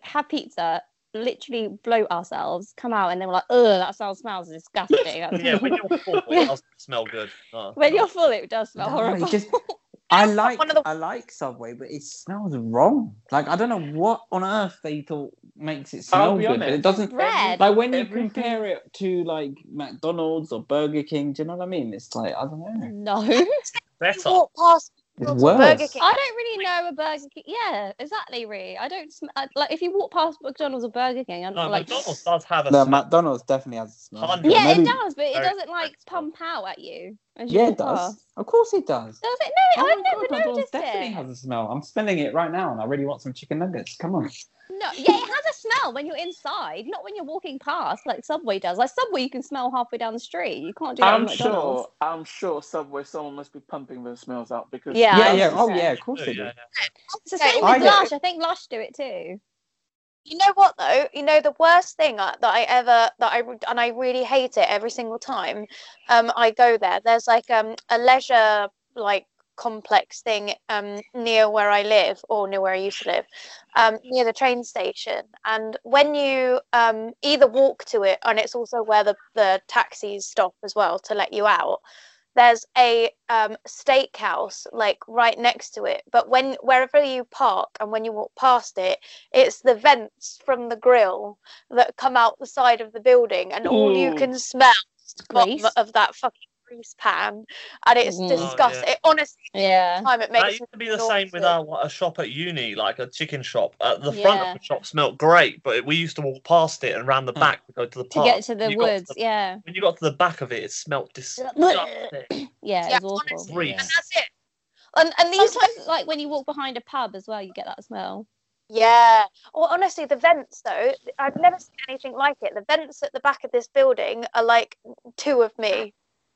have pizza. Literally bloat ourselves, come out, and then we're like, "Ugh, that sound smells disgusting." That's-
Yeah, when you're full, it doesn't smell good. Oh,
when
God.
you're full, it does smell
No, it
horrible.
just- I like
one of the-
I like Subway, but it smells wrong. Like I don't know what on earth they thought makes it smell
I'll be
good, but
honest.
it doesn't.
Bread.
Like when you
Everything-
compare it to like McDonald's or Burger King, do you know what I mean? It's like I don't know.
no.
better.
walk past
It's
McDonald's or Burger
worse.
King.
I don't really know a Burger King. Yeah, exactly, really. I don't sm- I, like if you walk past McDonald's or Burger King. I'm
No,
like,
McDonald's does have a
No,
smell.
McDonald's definitely has a smell.
Hundred.
yeah, it
Maybe-
does, but it
Very
doesn't like
respectful.
pump out at you. As you
Yeah, it
walk
does.
past.
Of course it does.
Does it? No,
Oh my
I've never
God, McDonald's
noticed
definitely
it.
has a smell. I'm smelling it right now, and I really want some chicken nuggets. Come on.
No, yeah, it has a smell when you're inside, not when you're walking past, like Subway does. Like Subway, you can smell halfway down the street. You can't do that
I'm
with McDonald's.
sure. I'm sure Subway. Someone must be pumping those smells out because
Yeah, I
yeah,
was
yeah.
gonna
Oh,
say.
yeah. Of course
Yeah,
they do.
yeah, yeah.
Oh, It's the
Okay,
same
I
with
get-
Lush. I think Lush do it too.
You know what though? You know the worst thing uh, that I ever that I re- and I really hate it every single time. Um, I go there. There's like um a leisure like complex thing um near where I live or near where I used to live, um near the train station. And when you um either walk to it and it's also where the the taxis stop as well to let you out. There's a um, steakhouse like right next to it, but when wherever you park and when you walk past it, it's the vents from the grill that come out the side of the building, and all you
Ooh.
can smell is the bottom
Grease.
of that fucking grease pan, and it's
Mm. Oh,
disgusting.
yeah.
It, honestly,
Yeah.
time it
That
makes
used
me
to be the same with
nauseous.
our what, a shop at uni, like a chicken shop. Uh, the front
Yeah.
of the shop smelt great, but we used to walk past it and round
Hmm.
the back to go to the
To
park.
get to the
When you got
woods. Yeah.
When you got to the back of it, it smelt disgusting.
Yeah,
Yeah,
it was awful.
honestly,
Grease.
Yeah.
and that's it. And and these
Sometimes, like when you walk behind a pub as well, you get that smell.
Yeah. Well, honestly, the vents though, I've never seen anything like it. The vents at the back of this building are like two of me.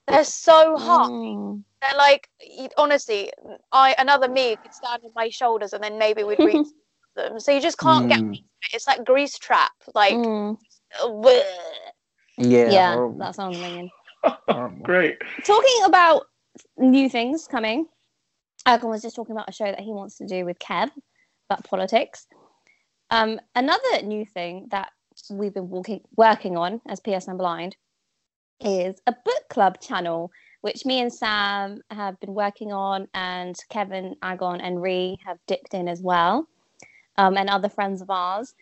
They're so hot.
Mm.
They're like, y- honestly, I another me could stand on my shoulders, and then maybe we'd reach them. So you just can't get.
Mm.
It's like grease trap. Like,
Mm.
bleh.
Yeah.
Yeah,
horrible,
that sounds amazing.
horrible.
great.
Talking about new things coming, Erkan was just talking about a show that he wants to do with Kev about politics. Um, another new thing that we've been walking, working on as PSN Blind is a book club channel, which me and Sam have been working on, and Kevin, Agon, and Ree have dipped in as well, um, and other friends of ours.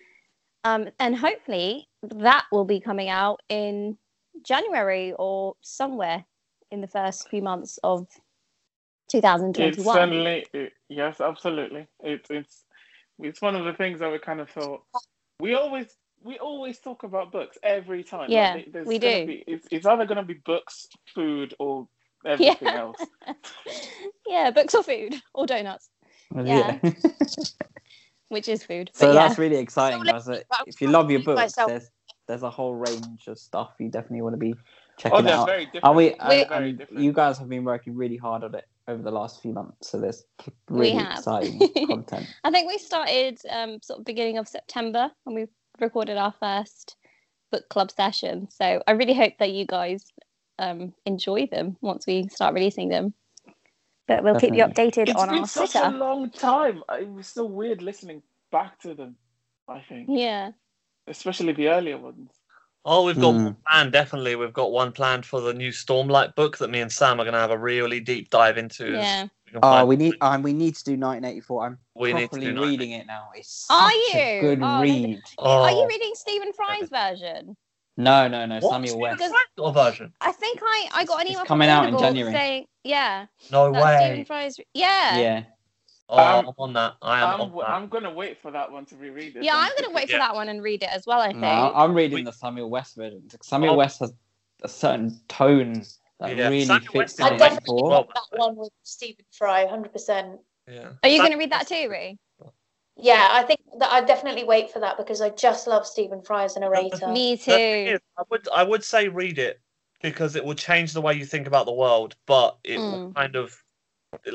Um, and hopefully that will be coming out in January or somewhere in the first few months of
It's
2021.
certainly it, yes, absolutely. It's it's it's one of the things that we kind of thought we always we always talk about books every time.
Yeah,
Like, there's
we
gonna
do.
Be, it's, it's either going to be books, food, or everything else.
yeah, books or food or donuts, Yeah. which is food. But
so
yeah,
that's really exciting,
So,
guys. Like,
well,
If you love your
myself-
books, there's there's a whole range of stuff you definitely want to be checking
Oh, they're
out.
very different.
Are we?
They're
and-
very
and
different.
You guys have been working really hard on it over the last few months, so there's
We
really
have.
exciting content.
I think we started um, sort of beginning of September and we recorded our first book club session. So I really hope that you guys um, enjoy them once we start releasing them.
But we'll keep you updated
It's
on
been
our
such
Twitter.
a long time. It was so weird listening back to them. I think,
Yeah.
especially the earlier ones.
Oh, we've got
Hmm.
one planned, definitely. We've got one planned for the new Stormlight book that me and Sam are going to have a really deep dive into.
Yeah.
We can
Oh,
find-
we need um, we need to do 1984. I'm
we need to
properly
do nine.
reading it now. It's such
Are
a
you?
good
Oh, there's a-
read.
Are you
Oh,
reading Stephen Fry's version?
No, no, no.
what?
Samuel West.
Because-
Or version?
I think I, I got an
It's
email
coming
from
out in
Audible
January.
saying, yeah,
No
that's Stephen
way.
Fry's. Yeah.
Yeah.
Oh,
Um,
I'm on that. I am
Um,
I'm,
on that.
I'm gonna wait for that one to reread it.
Yeah,
and
I'm going to wait for
Yeah.
that one and read it as well, I think.
No, I'm reading
We-
the Samuel West version. 'cause Samuel
Oh.
West has a certain tone that
Yeah.
really
Samuel
fits
West is
in
amazing.
it for.
Well,
that one with Stephen Fry, hundred percent.
yeah.
Are you
Sam-
going to read that too, Ree?
Yeah, I think that I'd definitely wait for that because I just love Stephen Fry as a narrator.
Me
The thing
too.
is, I would I would say read it because it will change the way you think about the world, but it will kind of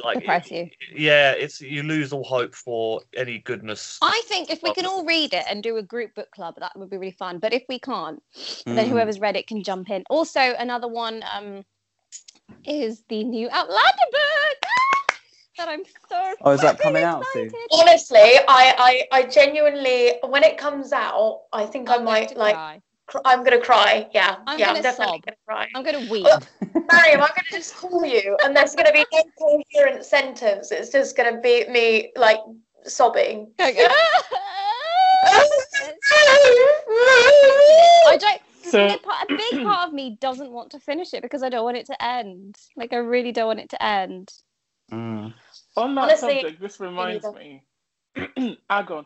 like
Hmm. Depress you.
yeah, it's you lose all hope for any goodness.
I think if we can all read it and do a group book club, that would be really fun. But if we can't, then
Mm.
whoever's read it can jump in. Also, another one um, is the new Outlander book ah, that I'm so
Oh, is that
fucking
coming out soon?
excited.
Honestly, I, I I genuinely when it comes out, I think I
I'm going
might
to
like
cry.
cr- I'm gonna cry. Yeah,
I'm
yeah,
gonna
I'm definitely
sob.
gonna cry.
I'm going to weep.
Oh. Mariam, I'm gonna just call you, and there's gonna be no coherent sentence. It's just gonna be me like sobbing.
I don't.
So-
a big part- a big part of me doesn't want to finish it because I don't want it to end. Like I really don't want it to end.
Mm.
On that
Honestly,
subject, this reminds me. Agon,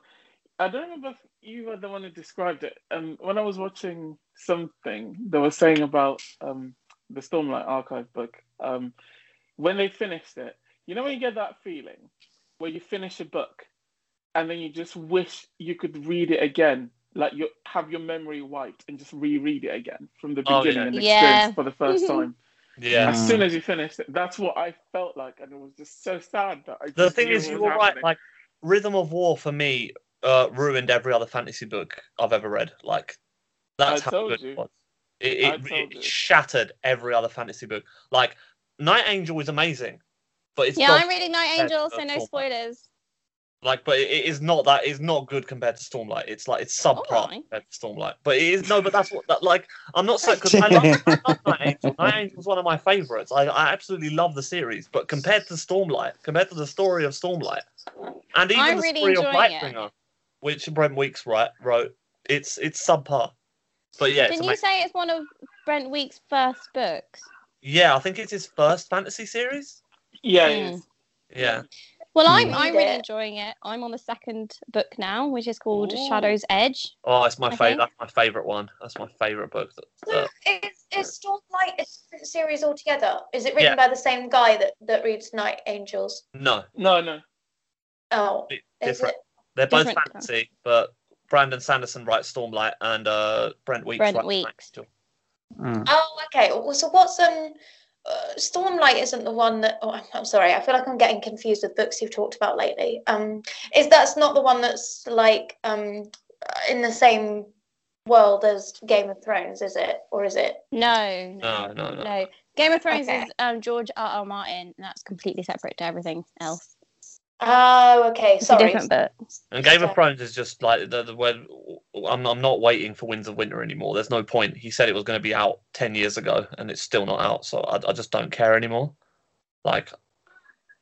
I don't remember if you were the one who described it. Um, when I was watching something, they were saying about um, the Stormlight Archive book. Um, when they finished it, you know when you get that feeling where you finish a book and then you just wish you could read it again, like you have your memory wiped and just reread it again from the
Oh,
beginning
yeah.
and
Yeah.
experience for the first time
Hmm.
yeah.
as soon as you finished it, that's what I felt like, and it was just so sad that I.
The
just
thing
knew
is,
it
you
was
were right.
happening.
Like Rhythm of War for me uh, ruined every other fantasy book I've ever read. Like that's
I
how
told
good
you.
it was. It,
I
it-
told
it
you.
shattered every other fantasy book. Like Night Angel is amazing, but it's
yeah,
not
I'm reading Night
compared to
Angel,
the
so no
Stormlight.
spoilers.
Like, but it, it is not that. It's not good compared to Stormlight. It's like it's subpar
Alright.
compared to Stormlight. But it is no. But that's what that like. I'm not so because I love, I love Night Angel. Night Angel's one of my favorites. I, I absolutely love the series. But compared to Stormlight, compared to the story of Stormlight, and even
I'm
the
really
story of
enjoying it.
Lightbringer, which Brent Weeks write, wrote, it's it's subpar. But yeah, it's
Didn't
amazing.
you say it's one of Brent Week's first books?
yeah, I think it's his first fantasy series.
Yeah, it
Mm.
is.
Yeah.
Well,
Mm.
I'm
Read
I'm really
it.
enjoying it. I'm on the second book now, which is called
Ooh.
Shadow's Edge.
Oh, it's my
I
favorite.
think.
That's my favorite one. That's my favorite book. That,
So
uh,
is, is Stormlight a different series altogether? Is it written by the same guy that, that reads Night Angels?
no,
No, no.
Oh,
bit
is
different.
it?
They're both
Different though.
fantasy, but Brandon Sanderson writes Stormlight and uh, Brent Weeks
Brent
writes Night
Weeks.
Angel.
Mm.
Oh, okay. Well, so what's um, uh, Stormlight isn't the one that. Oh, I'm- I'm sorry. I feel like I'm getting confused with books you've talked about lately. Um, is that's not the one that's like um, in the same world as Game of Thrones, is it? Or is it?
No, no,
No, Ah, no, no.
no. Game of Thrones
Okay.
is um, George R. R. Martin, and that's completely separate to everything else.
Oh, okay.
It's a
Sorry.
different book.
And Game of
Yeah.
Thrones is just like the, the when I'm, I'm not waiting for Winds of Winter anymore. There's no point. He said it was going to be out ten years ago, and it's still not out. So I, I just don't care anymore. Like,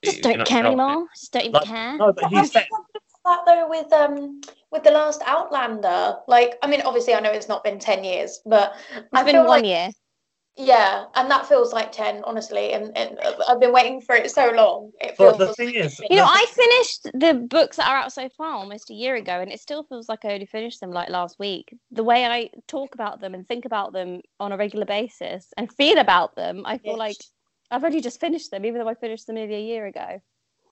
Just
you
don't
know-
care
you know what I mean?
anymore. Just don't even
Like-
care.
No, but he
I
said
think I'm good for that though with um with the last Outlander. Like, I mean, obviously, I know it's not been ten years, but
It's
I
been
feel
one
like
year.
Yeah, and that feels like ten, honestly. And, and I've been waiting for it so long. It feels.
But the thing is,
You know,
the-
I finished the books that are out so far almost a year ago, and it still feels like I only finished them like last week. The way I talk about them and think about them on a regular basis and feel about them, I feel
Yes.
like I've only just finished them, even though I finished them nearly a year ago.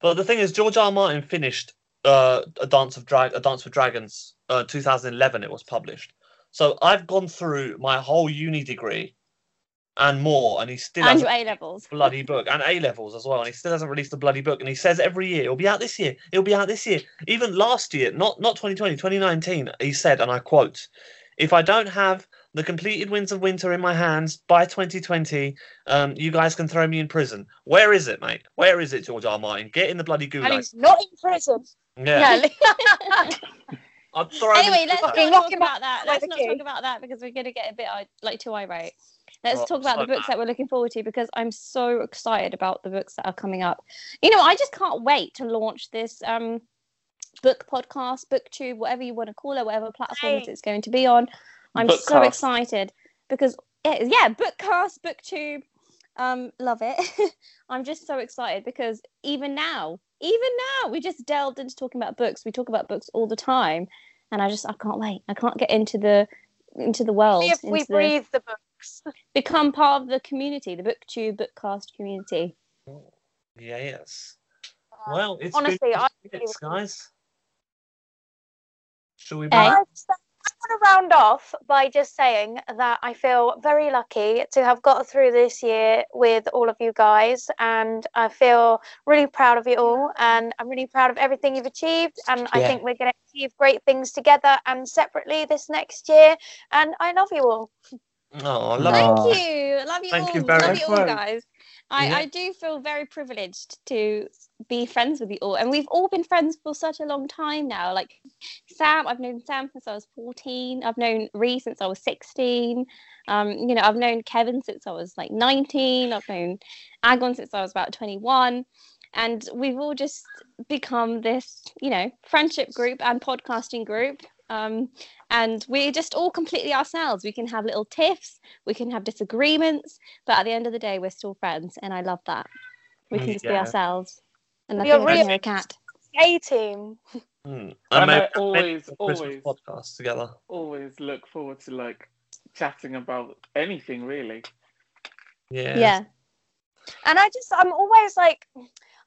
But the thing is, George R. R. Martin finished uh, a Dance of Drag, a Dance with Dragons, uh, 2011. It was published. So I've gone through my whole uni degree and more, and he still
and
hasn't
your A levels.
bloody book and A levels as well, and he still hasn't released the bloody book. And he says every year it'll be out this year, it'll be out this year. Even last year, not not 2020, 2019, he said, and I quote: "If I don't have the completed Winds of Winter in my hands by 2020, um, you guys can throw me in prison." Where is it, mate? Where is it, George R. R. Martin? Get in the bloody
And
gulag.
he's not in prison.
Yeah,
Yeah.
I'd throw him in
anyway, let's not
prison.
talk
Fucking knock him
about that.
by
Let's
the
not
key.
talk about that because we're going to get a bit uh, like too irate. Let's
Oh,
talk about
so
the books
bad.
that we're looking forward to because I'm so excited about the books that are coming up. You know, I just can't wait to launch this um, book podcast, booktube, whatever you want to call it, whatever platforms
Yay.
it's going to be on. I'm so
Bookcast.
excited because it, yeah, bookcast, booktube, um, love it. I'm just so excited because even now, even now, we just delved into talking about books. We talk about books all the time, and I just I can't wait. I can't get into the into the world.
if we
into the-
breathe the books.
become part of the community, the BookTube bookcast community.
Yeah, yes. Well, it's
honestly,
been
I-
minutes, guys. Should we?
Hey.
break?
I want to round off by just saying that I feel very lucky to have got through this year with all of you guys, and I feel really proud of you all, and I'm really proud of everything you've achieved, and I
Yeah.
think we're going to achieve great things together and separately this next year, and I love you all.
Oh, I love
No.
it.
Thank
Oh.
you. Love you
Thank
all.
you very
Love you all,
much.
guys. I,
Yeah.
I do feel very privileged to be friends with you all. And we've all been friends for such a long time now. Like Sam, I've known Sam since I was 14. I've known Ree since I was 16. Um, you know, I've known Kevin since I was like 19. I've known Agon since I was about 21. And we've all just become this, you know, friendship group and podcasting group. Um, and we're just all completely ourselves. We can have little tiffs we can have disagreements, but at the end of the day, we're still friends, and I love that. We can just be
Yeah.
ourselves. And I
We are
think I'm
real-
a cat.
A team.
Mm.
And
maybe-
I always,
maybe a
always,
Christmas podcast together.
always look forward to like chatting about anything really.
Yeah.
Yeah.
and i just i'm always like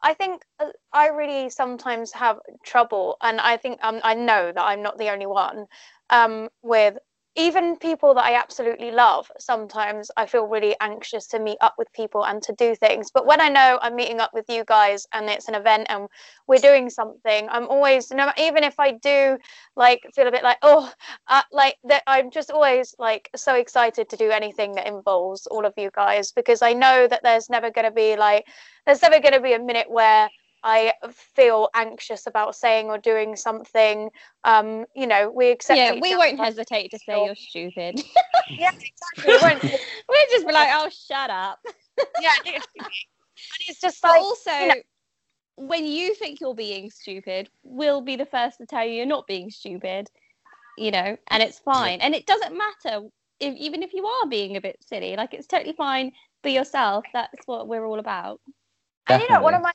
i think uh, i really sometimes have trouble and i think um, i know that i'm not the only one um, with even people that i absolutely love sometimes i feel really anxious to meet up with people and to do things but when i know i'm meeting up with you guys and it's an event and we're doing something i'm always no even if i do like feel a bit like oh uh, like that i'm just always like so excited to do anything that involves all of you guys because i know that there's never going to be like there's never going to be a minute where i feel anxious about saying or doing something um you know we accept
yeah,
each
we won't
other.
hesitate to say
Sure.
you're stupid.
yeah exactly we won't
we'll just be like, oh, shut up.
yeah and it's just
But
like
also,
you know-
when you think you're being stupid, we'll be the first to tell you you're not being stupid, you know, and it's fine. And it doesn't matter if, even if you are being a bit silly, like it's totally fine. Be yourself. That's what we're all about.
And you know, one
Definitely.
of my,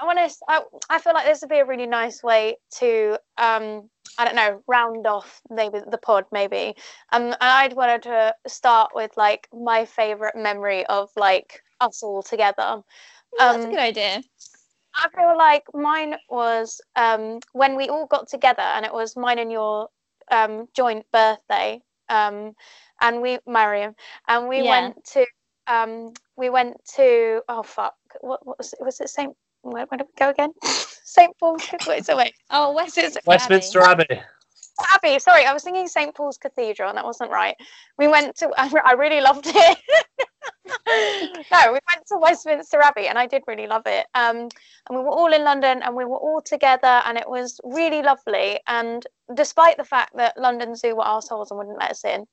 I want to, I, I feel like this would be a really nice way to, um, I don't know, round off maybe the pod, maybe. Um, and I'd wanted to start with like my favorite memory of like us all together.
That's a
Um,
good idea.
I feel like mine was um, when we all got together, and it was mine and your um, joint birthday, um, and we Mariam, and we
Yeah.
went to um, we went to oh fuck, what, what was it? Was it Saint? Where, where did we go again? St Paul's. Wait, so wait,
Oh,
Westminster
Westminster
Westminster. Abbey.
Abbey.
Abbey. Sorry, I was thinking St Paul's Cathedral, and that wasn't right. We went to. I, re- I really loved it. no, we went to Westminster Abbey, and I did really love it. Um, and we were all in London, and we were all together, and it was really lovely. And despite the fact that London Zoo were arseholes and wouldn't let us in.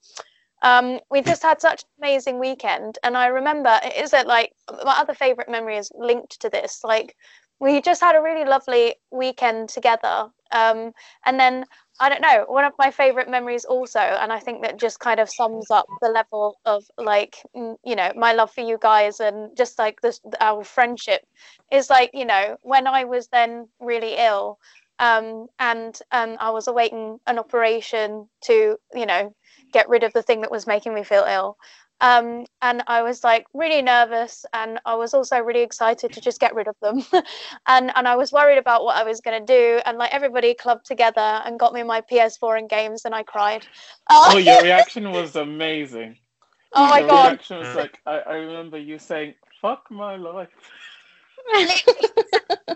Um, we just had such an amazing weekend, and I remember it is that like my other favorite memory is linked to this. Like we just had a really lovely weekend together. Um, and then I don't know, one of my favorite memories also, and I think that just kind of sums up the level of like, mm, you know, my love for you guys and just like this our friendship is like, you know, when I was then really ill, um, and um, I was awaiting an operation to, you know, get rid of the thing that was making me feel ill. Um, and I was like really nervous, and I was also really excited to just get rid of them. and and I was worried about what I was going to do, and like everybody clubbed together and got me my PS4 and games, and I cried.
Oh, your reaction was amazing.
oh my
your
god!
reaction was like, I, I remember you saying, fuck my life.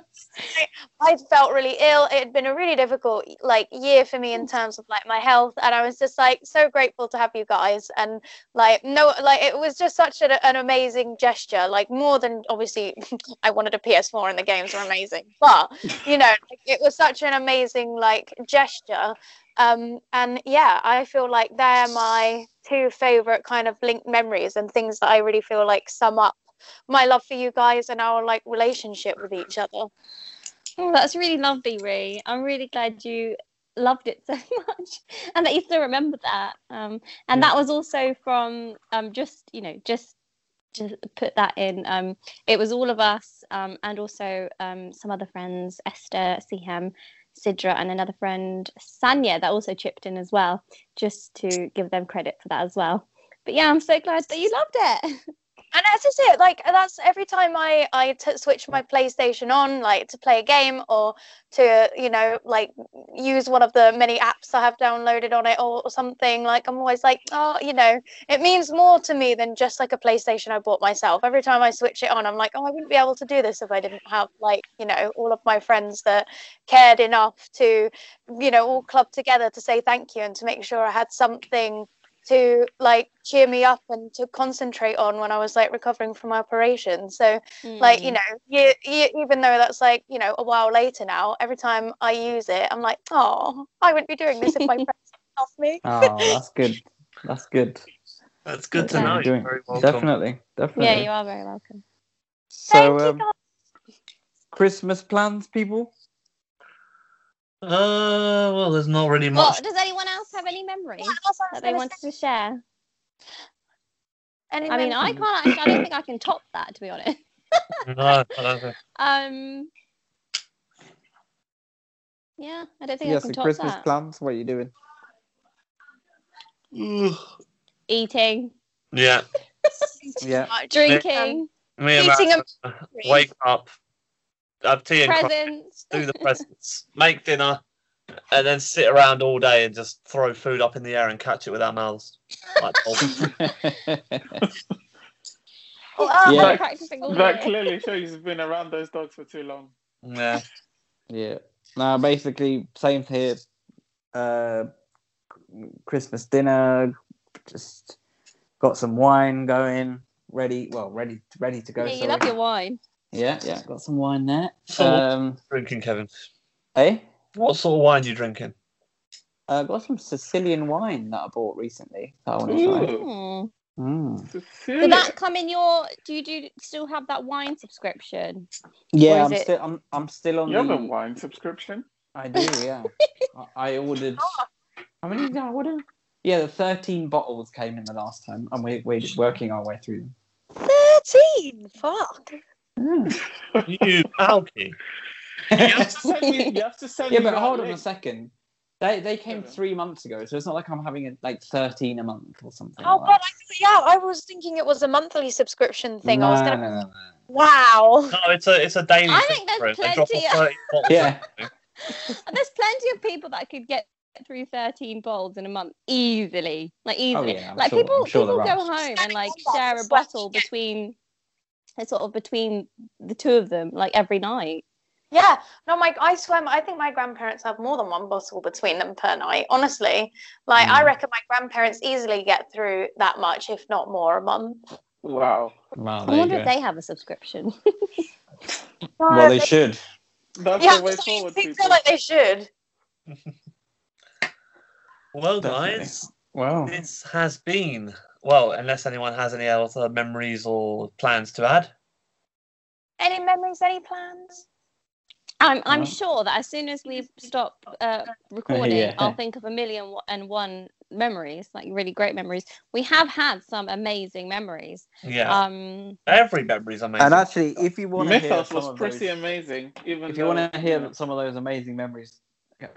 I felt really ill. It had been a really difficult like year for me in terms of like my health, and I was just like so grateful to have you guys. And like no, like it was just such an, an amazing gesture. Like more than obviously, I wanted a PS4 and the games were amazing, but you know, like, it was such an amazing like gesture. Um, and yeah, I feel like they're my two favorite kind of linked memories and things that I really feel like sum up my love for you guys and our like relationship with each other.
Oh, that's really lovely, Ree. I'm really glad you loved it so much and that you still remember that. Um, and that was also from um, just, you know, just to put that in, um, it was all of us um, and also um, some other friends, Esther, Siham, Sidra, and another friend, Sanya, that also chipped in as well, just to give them credit for that as well. But yeah, I'm so glad that you loved it.
and that's just it like that's every time i i t- switch my playstation on like to play a game or to you know like use one of the many apps i have downloaded on it or, or something like i'm always like oh you know it means more to me than just like a playstation i bought myself every time i switch it on i'm like oh i wouldn't be able to do this if i didn't have like you know all of my friends that cared enough to you know all club together to say thank you and to make sure i had something to like cheer me up and to concentrate on when I was like recovering from my operation. So like you know, you, you, even though that's like you know a while later now, every time I use it, I'm like, oh, I wouldn't be doing this if my friends helped me.
Oh, that's good. That's good.
That's good to
Yeah,
know.
you're
You're
doing-
very welcome.
Definitely, definitely.
yeah, you are very welcome.
So,
Thank you,
um, Christmas plans, people.
Uh, well, there's not really
Well,
much.
does anyone else have any memories
What else I was
that they
gonna
wanted to share?
say?
I mean, I can't. Actually, I don't think I can top that, to be honest.
No, I don't think-
Um, yeah, I don't think
yeah,
I can
so
top
Christmas
that.
plans. What are you doing?
Ugh.
Eating,
yeah,
Yeah.
drinking,
me and
Eating
Matt wake up, have tea and crack,
presents.
do the presents, make dinner, and then sit around all day and just throw food up in the air and catch it with our mouths. Like, oh,
Oh,
um,
I've
Yeah.
been practicing all
That
year.
clearly shows you've been around those dogs for too long.
yeah,
yeah. No, basically, same here. Uh, Christmas dinner. Just got some wine going. Ready. Well, ready. Ready to go.
Yeah, you
sorry.
love your wine.
Yeah, yeah. Got some wine there.
So what-
Um,
drinking, Kevin.
eh?
What sort of wine are you drinking?
I Uh, got some Sicilian wine that I bought recently that I want to try.
Ooh,
Hmm.
Mm.
Will
Sicilian.
that come in your? Do you do still have that wine subscription? Or
Yeah,
is
I'm
it-
still I'm, I'm still on
You have a
the
wine subscription.
I do, yeah. I, I ordered how many did I order? Yeah, the thirteen bottles came in the last time and we we're working our way through them.
Thirteen. Fuck.
You alky.
Mm. You have to send me. You have to send
yeah,
me
but
that
hold on a
link.
second. They they came
Yeah.
three months ago, so it's not like I'm having like thirteen a month or something.
Oh
like
god, I, yeah, I was thinking it was a monthly subscription
that.
thing. I was
No, no,
gonna.
no, no.
Wow.
No, it's a it's a daily.
I
thing
think there's
for it. They
plenty
drop
of-
off 30 bottles
Yeah.
every day.
There's plenty of people that could get through 13 bowls in a month easily, like easily.
Oh, yeah, I'm
like
sure-
people,
I'm sure
people
there
go
are.
home and like
Standing on that
share a
is what
bottle between, sort of between the two of them, like every night.
Yeah, no, my I swear, I think my grandparents have more than one bottle between them per night. Honestly, like I
Mm.
reckon my grandparents easily get through that much, if not more, a month.
Wow,
Wow,
I wonder if they have a subscription.
Well, they should.
that's
yeah,
the way
so you
forward,
think-
people.
feel like they should.
Well,
Definitely.
guys.
Wow.
This has been well, unless anyone has any other memories or plans to add.
Any memories? Any plans?
I'm I'm
Wow.
sure that as soon as we stop uh, recording,
Yeah.
I'll think of a million wa- and one memories, like really great memories. We have had some amazing memories.
Yeah,
Um,
every memory's amazing.
And actually, if you want to hear
Mythos
some
was
of
pretty
those,
amazing.
if
Even
you
though-
want to hear some of those amazing memories,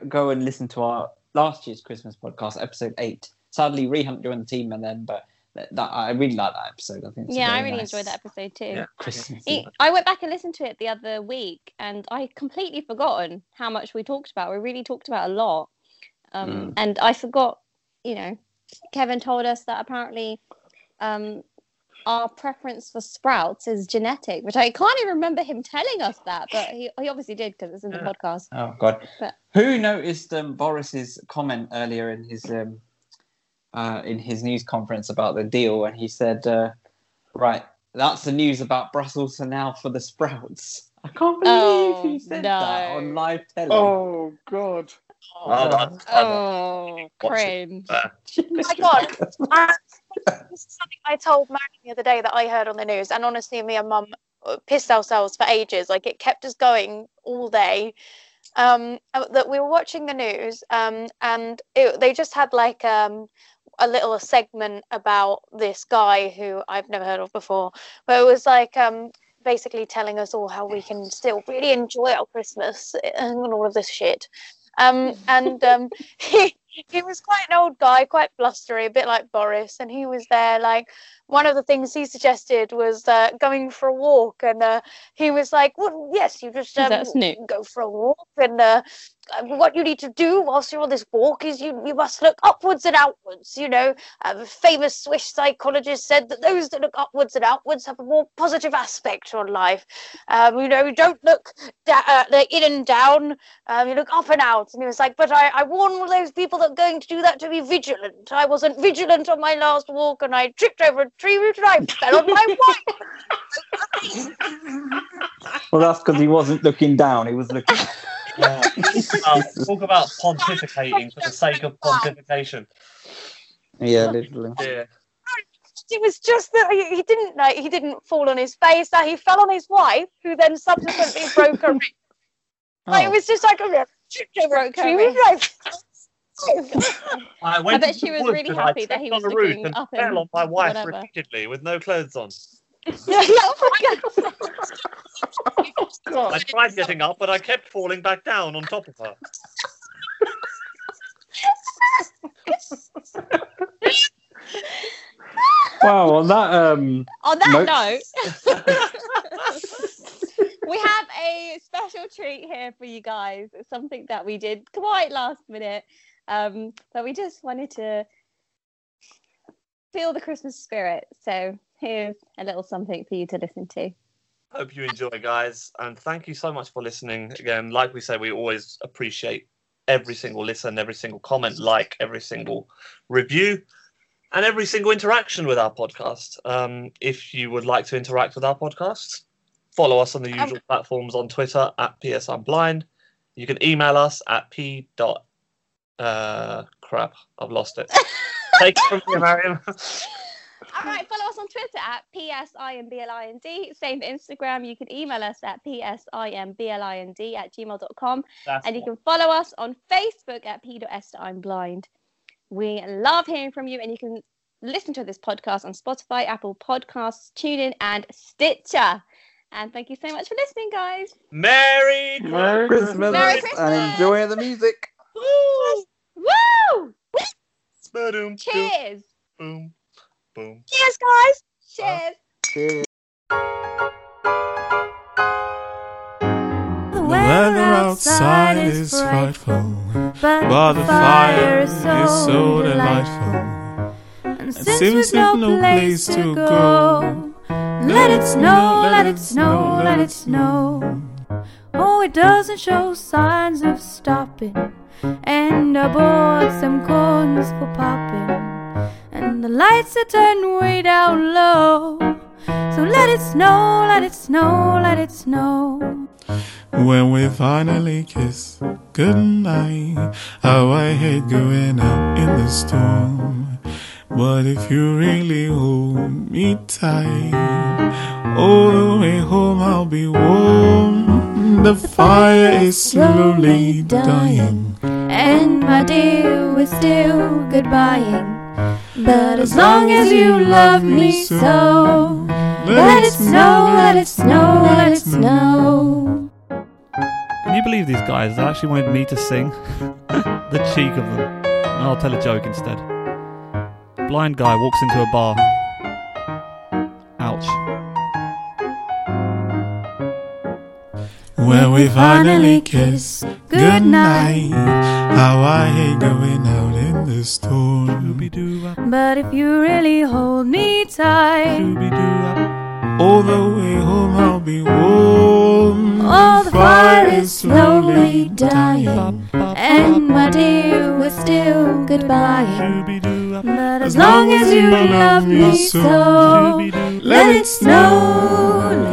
go and listen to our last year's Christmas podcast, episode eight. Sadly, Rehunt joined the team, and then but that, that- I really like that episode. I think it's a
yeah, I
very
really
nice
enjoyed that episode too.
Yeah.
Christmas.
E- I went back and listened to it the other week, and I completely forgotten how much we talked about. We really talked about a lot, um,
Mm.
and I forgot. You know, Kevin told us that apparently um, our preference for sprouts is genetic, which I can't even remember him telling us that, but he, he obviously did because it's in the
Yeah.
podcast.
Oh God!
But-
Who noticed um, Boris's comment earlier in his um, uh, in his news conference about the deal, and he said, uh, "Right, that's the news about Brussels and now for the sprouts." I can't believe
Oh,
he said that
no.
on live telly.
Oh God!
Oh, that's clever.
Oh,
Watch it.
cringe.
my God. I- this is something I told Marion the other day that I heard on the news, and honestly, me and Mum uh, pissed ourselves for ages. Like it kept us going all day. Um, uh, that we were watching the news, um, and it, they just had like um a little segment about this guy who I've never heard of before, but it was like um basically telling us all how we can still really enjoy our Christmas and all of this shit. Um, and um, he, he was quite an old guy, quite blustery, a bit like Boris. And he was there, like, one of the things he suggested was uh, going for a walk. And uh, he was like, well, yes, you
Uh,
just um,
That's new.
go for a walk. And uh, uh, what you need to do whilst you're on this walk is you, you must look upwards and outwards. You know, uh, the famous Swiss psychologist said that those that look upwards and outwards have a more positive aspect on life. Um, you know, you don't look da- uh, like in and down. Um, you look up and out. And he was like, But I, I warn all those people that are going to do that to be vigilant. I wasn't vigilant on my last walk and I tripped over a tree root and I fell on my wife.
Well, that's because he wasn't looking down; he was looking.
Yeah. Um, talk about pontificating for the sake of pontification.
yeah, literally.
Yeah.
It was just that he, he didn't like, he didn't fall on his face. That he fell on his wife, who then subsequently broke her wrist. Like, it
Oh.
was just like a tripped over a
Broke her
tree root and I fell on my wife."
I, went
I bet
to
she
the
was
woods
really
and
happy
I
that
tripped
he
on
was
the roof
looking
and
up and
fell on my wife
whatever.
repeatedly with no clothes on.
Yeah, yeah, oh my God.
God!
I tried getting up, but I kept falling back down on top of her.
Wow. On that, um,
On that
Nope.
note, we have a special treat here for you guys. It's something that we did quite last minute, um, but we just wanted to feel the Christmas spirit. So here's a little something for you to listen to.
Hope you enjoy, guys, and thank you so much for listening. Again, like we say, we always appreciate every single listen, every single comment, like, every single review, and every single interaction with our podcast. Um, if you would like to interact with our podcast, follow us on the
Um,
usual platforms on Twitter at PS Blind. You can email us at p dot. Uh, crap, I've lost it. Take it from me, Mariam.
All right, follow us on Twitter at PSIMBLIND. Same for Instagram. You can email us at PSIMBLIND at gmail.com.
That's
And you
the
can follow us on Facebook at P.S. I'm Blind. We love hearing from you, and you can listen to this podcast on Spotify, Apple Podcasts, TuneIn, and Stitcher. And thank you so much for listening, guys.
Merry
Merry
Christmas,
Merry
and
Christmas.
enjoy the music.
Woo!
Woo!
Ba-doom, doom,
Cheers!
Boom. Boom.
Cheers, guys.
Cheers!
Cheers.
The weather outside is frightful, but the fire is so delightful. And since we've no place to go, let it snow, let it snow, let it snow. Oh, it doesn't show signs of stopping, and I bought some cones for popping, and the lights are turned way down low. So let it snow, let it snow, let it snow. When we finally kiss goodnight, how I hate going out in the storm. But if you really hold
Oh,
me tight, all the way home I'll be warm.
and the fire is slowly dying.
And my dear, we're still goodbying. But as long as you love me so, let it snow, let it snow, let it snow.
Can you believe these guys? They actually wanted me to sing. the cheek of them. And I'll tell a joke instead. Blind guy walks into a bar. Ouch.
When we finally kiss good night, how I hate going out in the storm.
But if you really hold me tight,
All the way home I'll be warm.
oh, the fire is slowly dying. And my dear, we're still goodbye. But as long as you love me so, let it snow,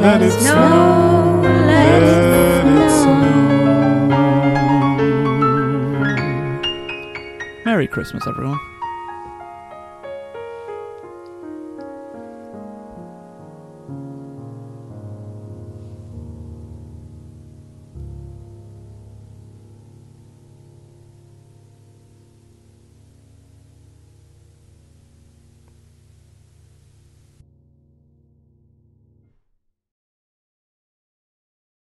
let it snow, let it snow.
Merry Christmas, everyone.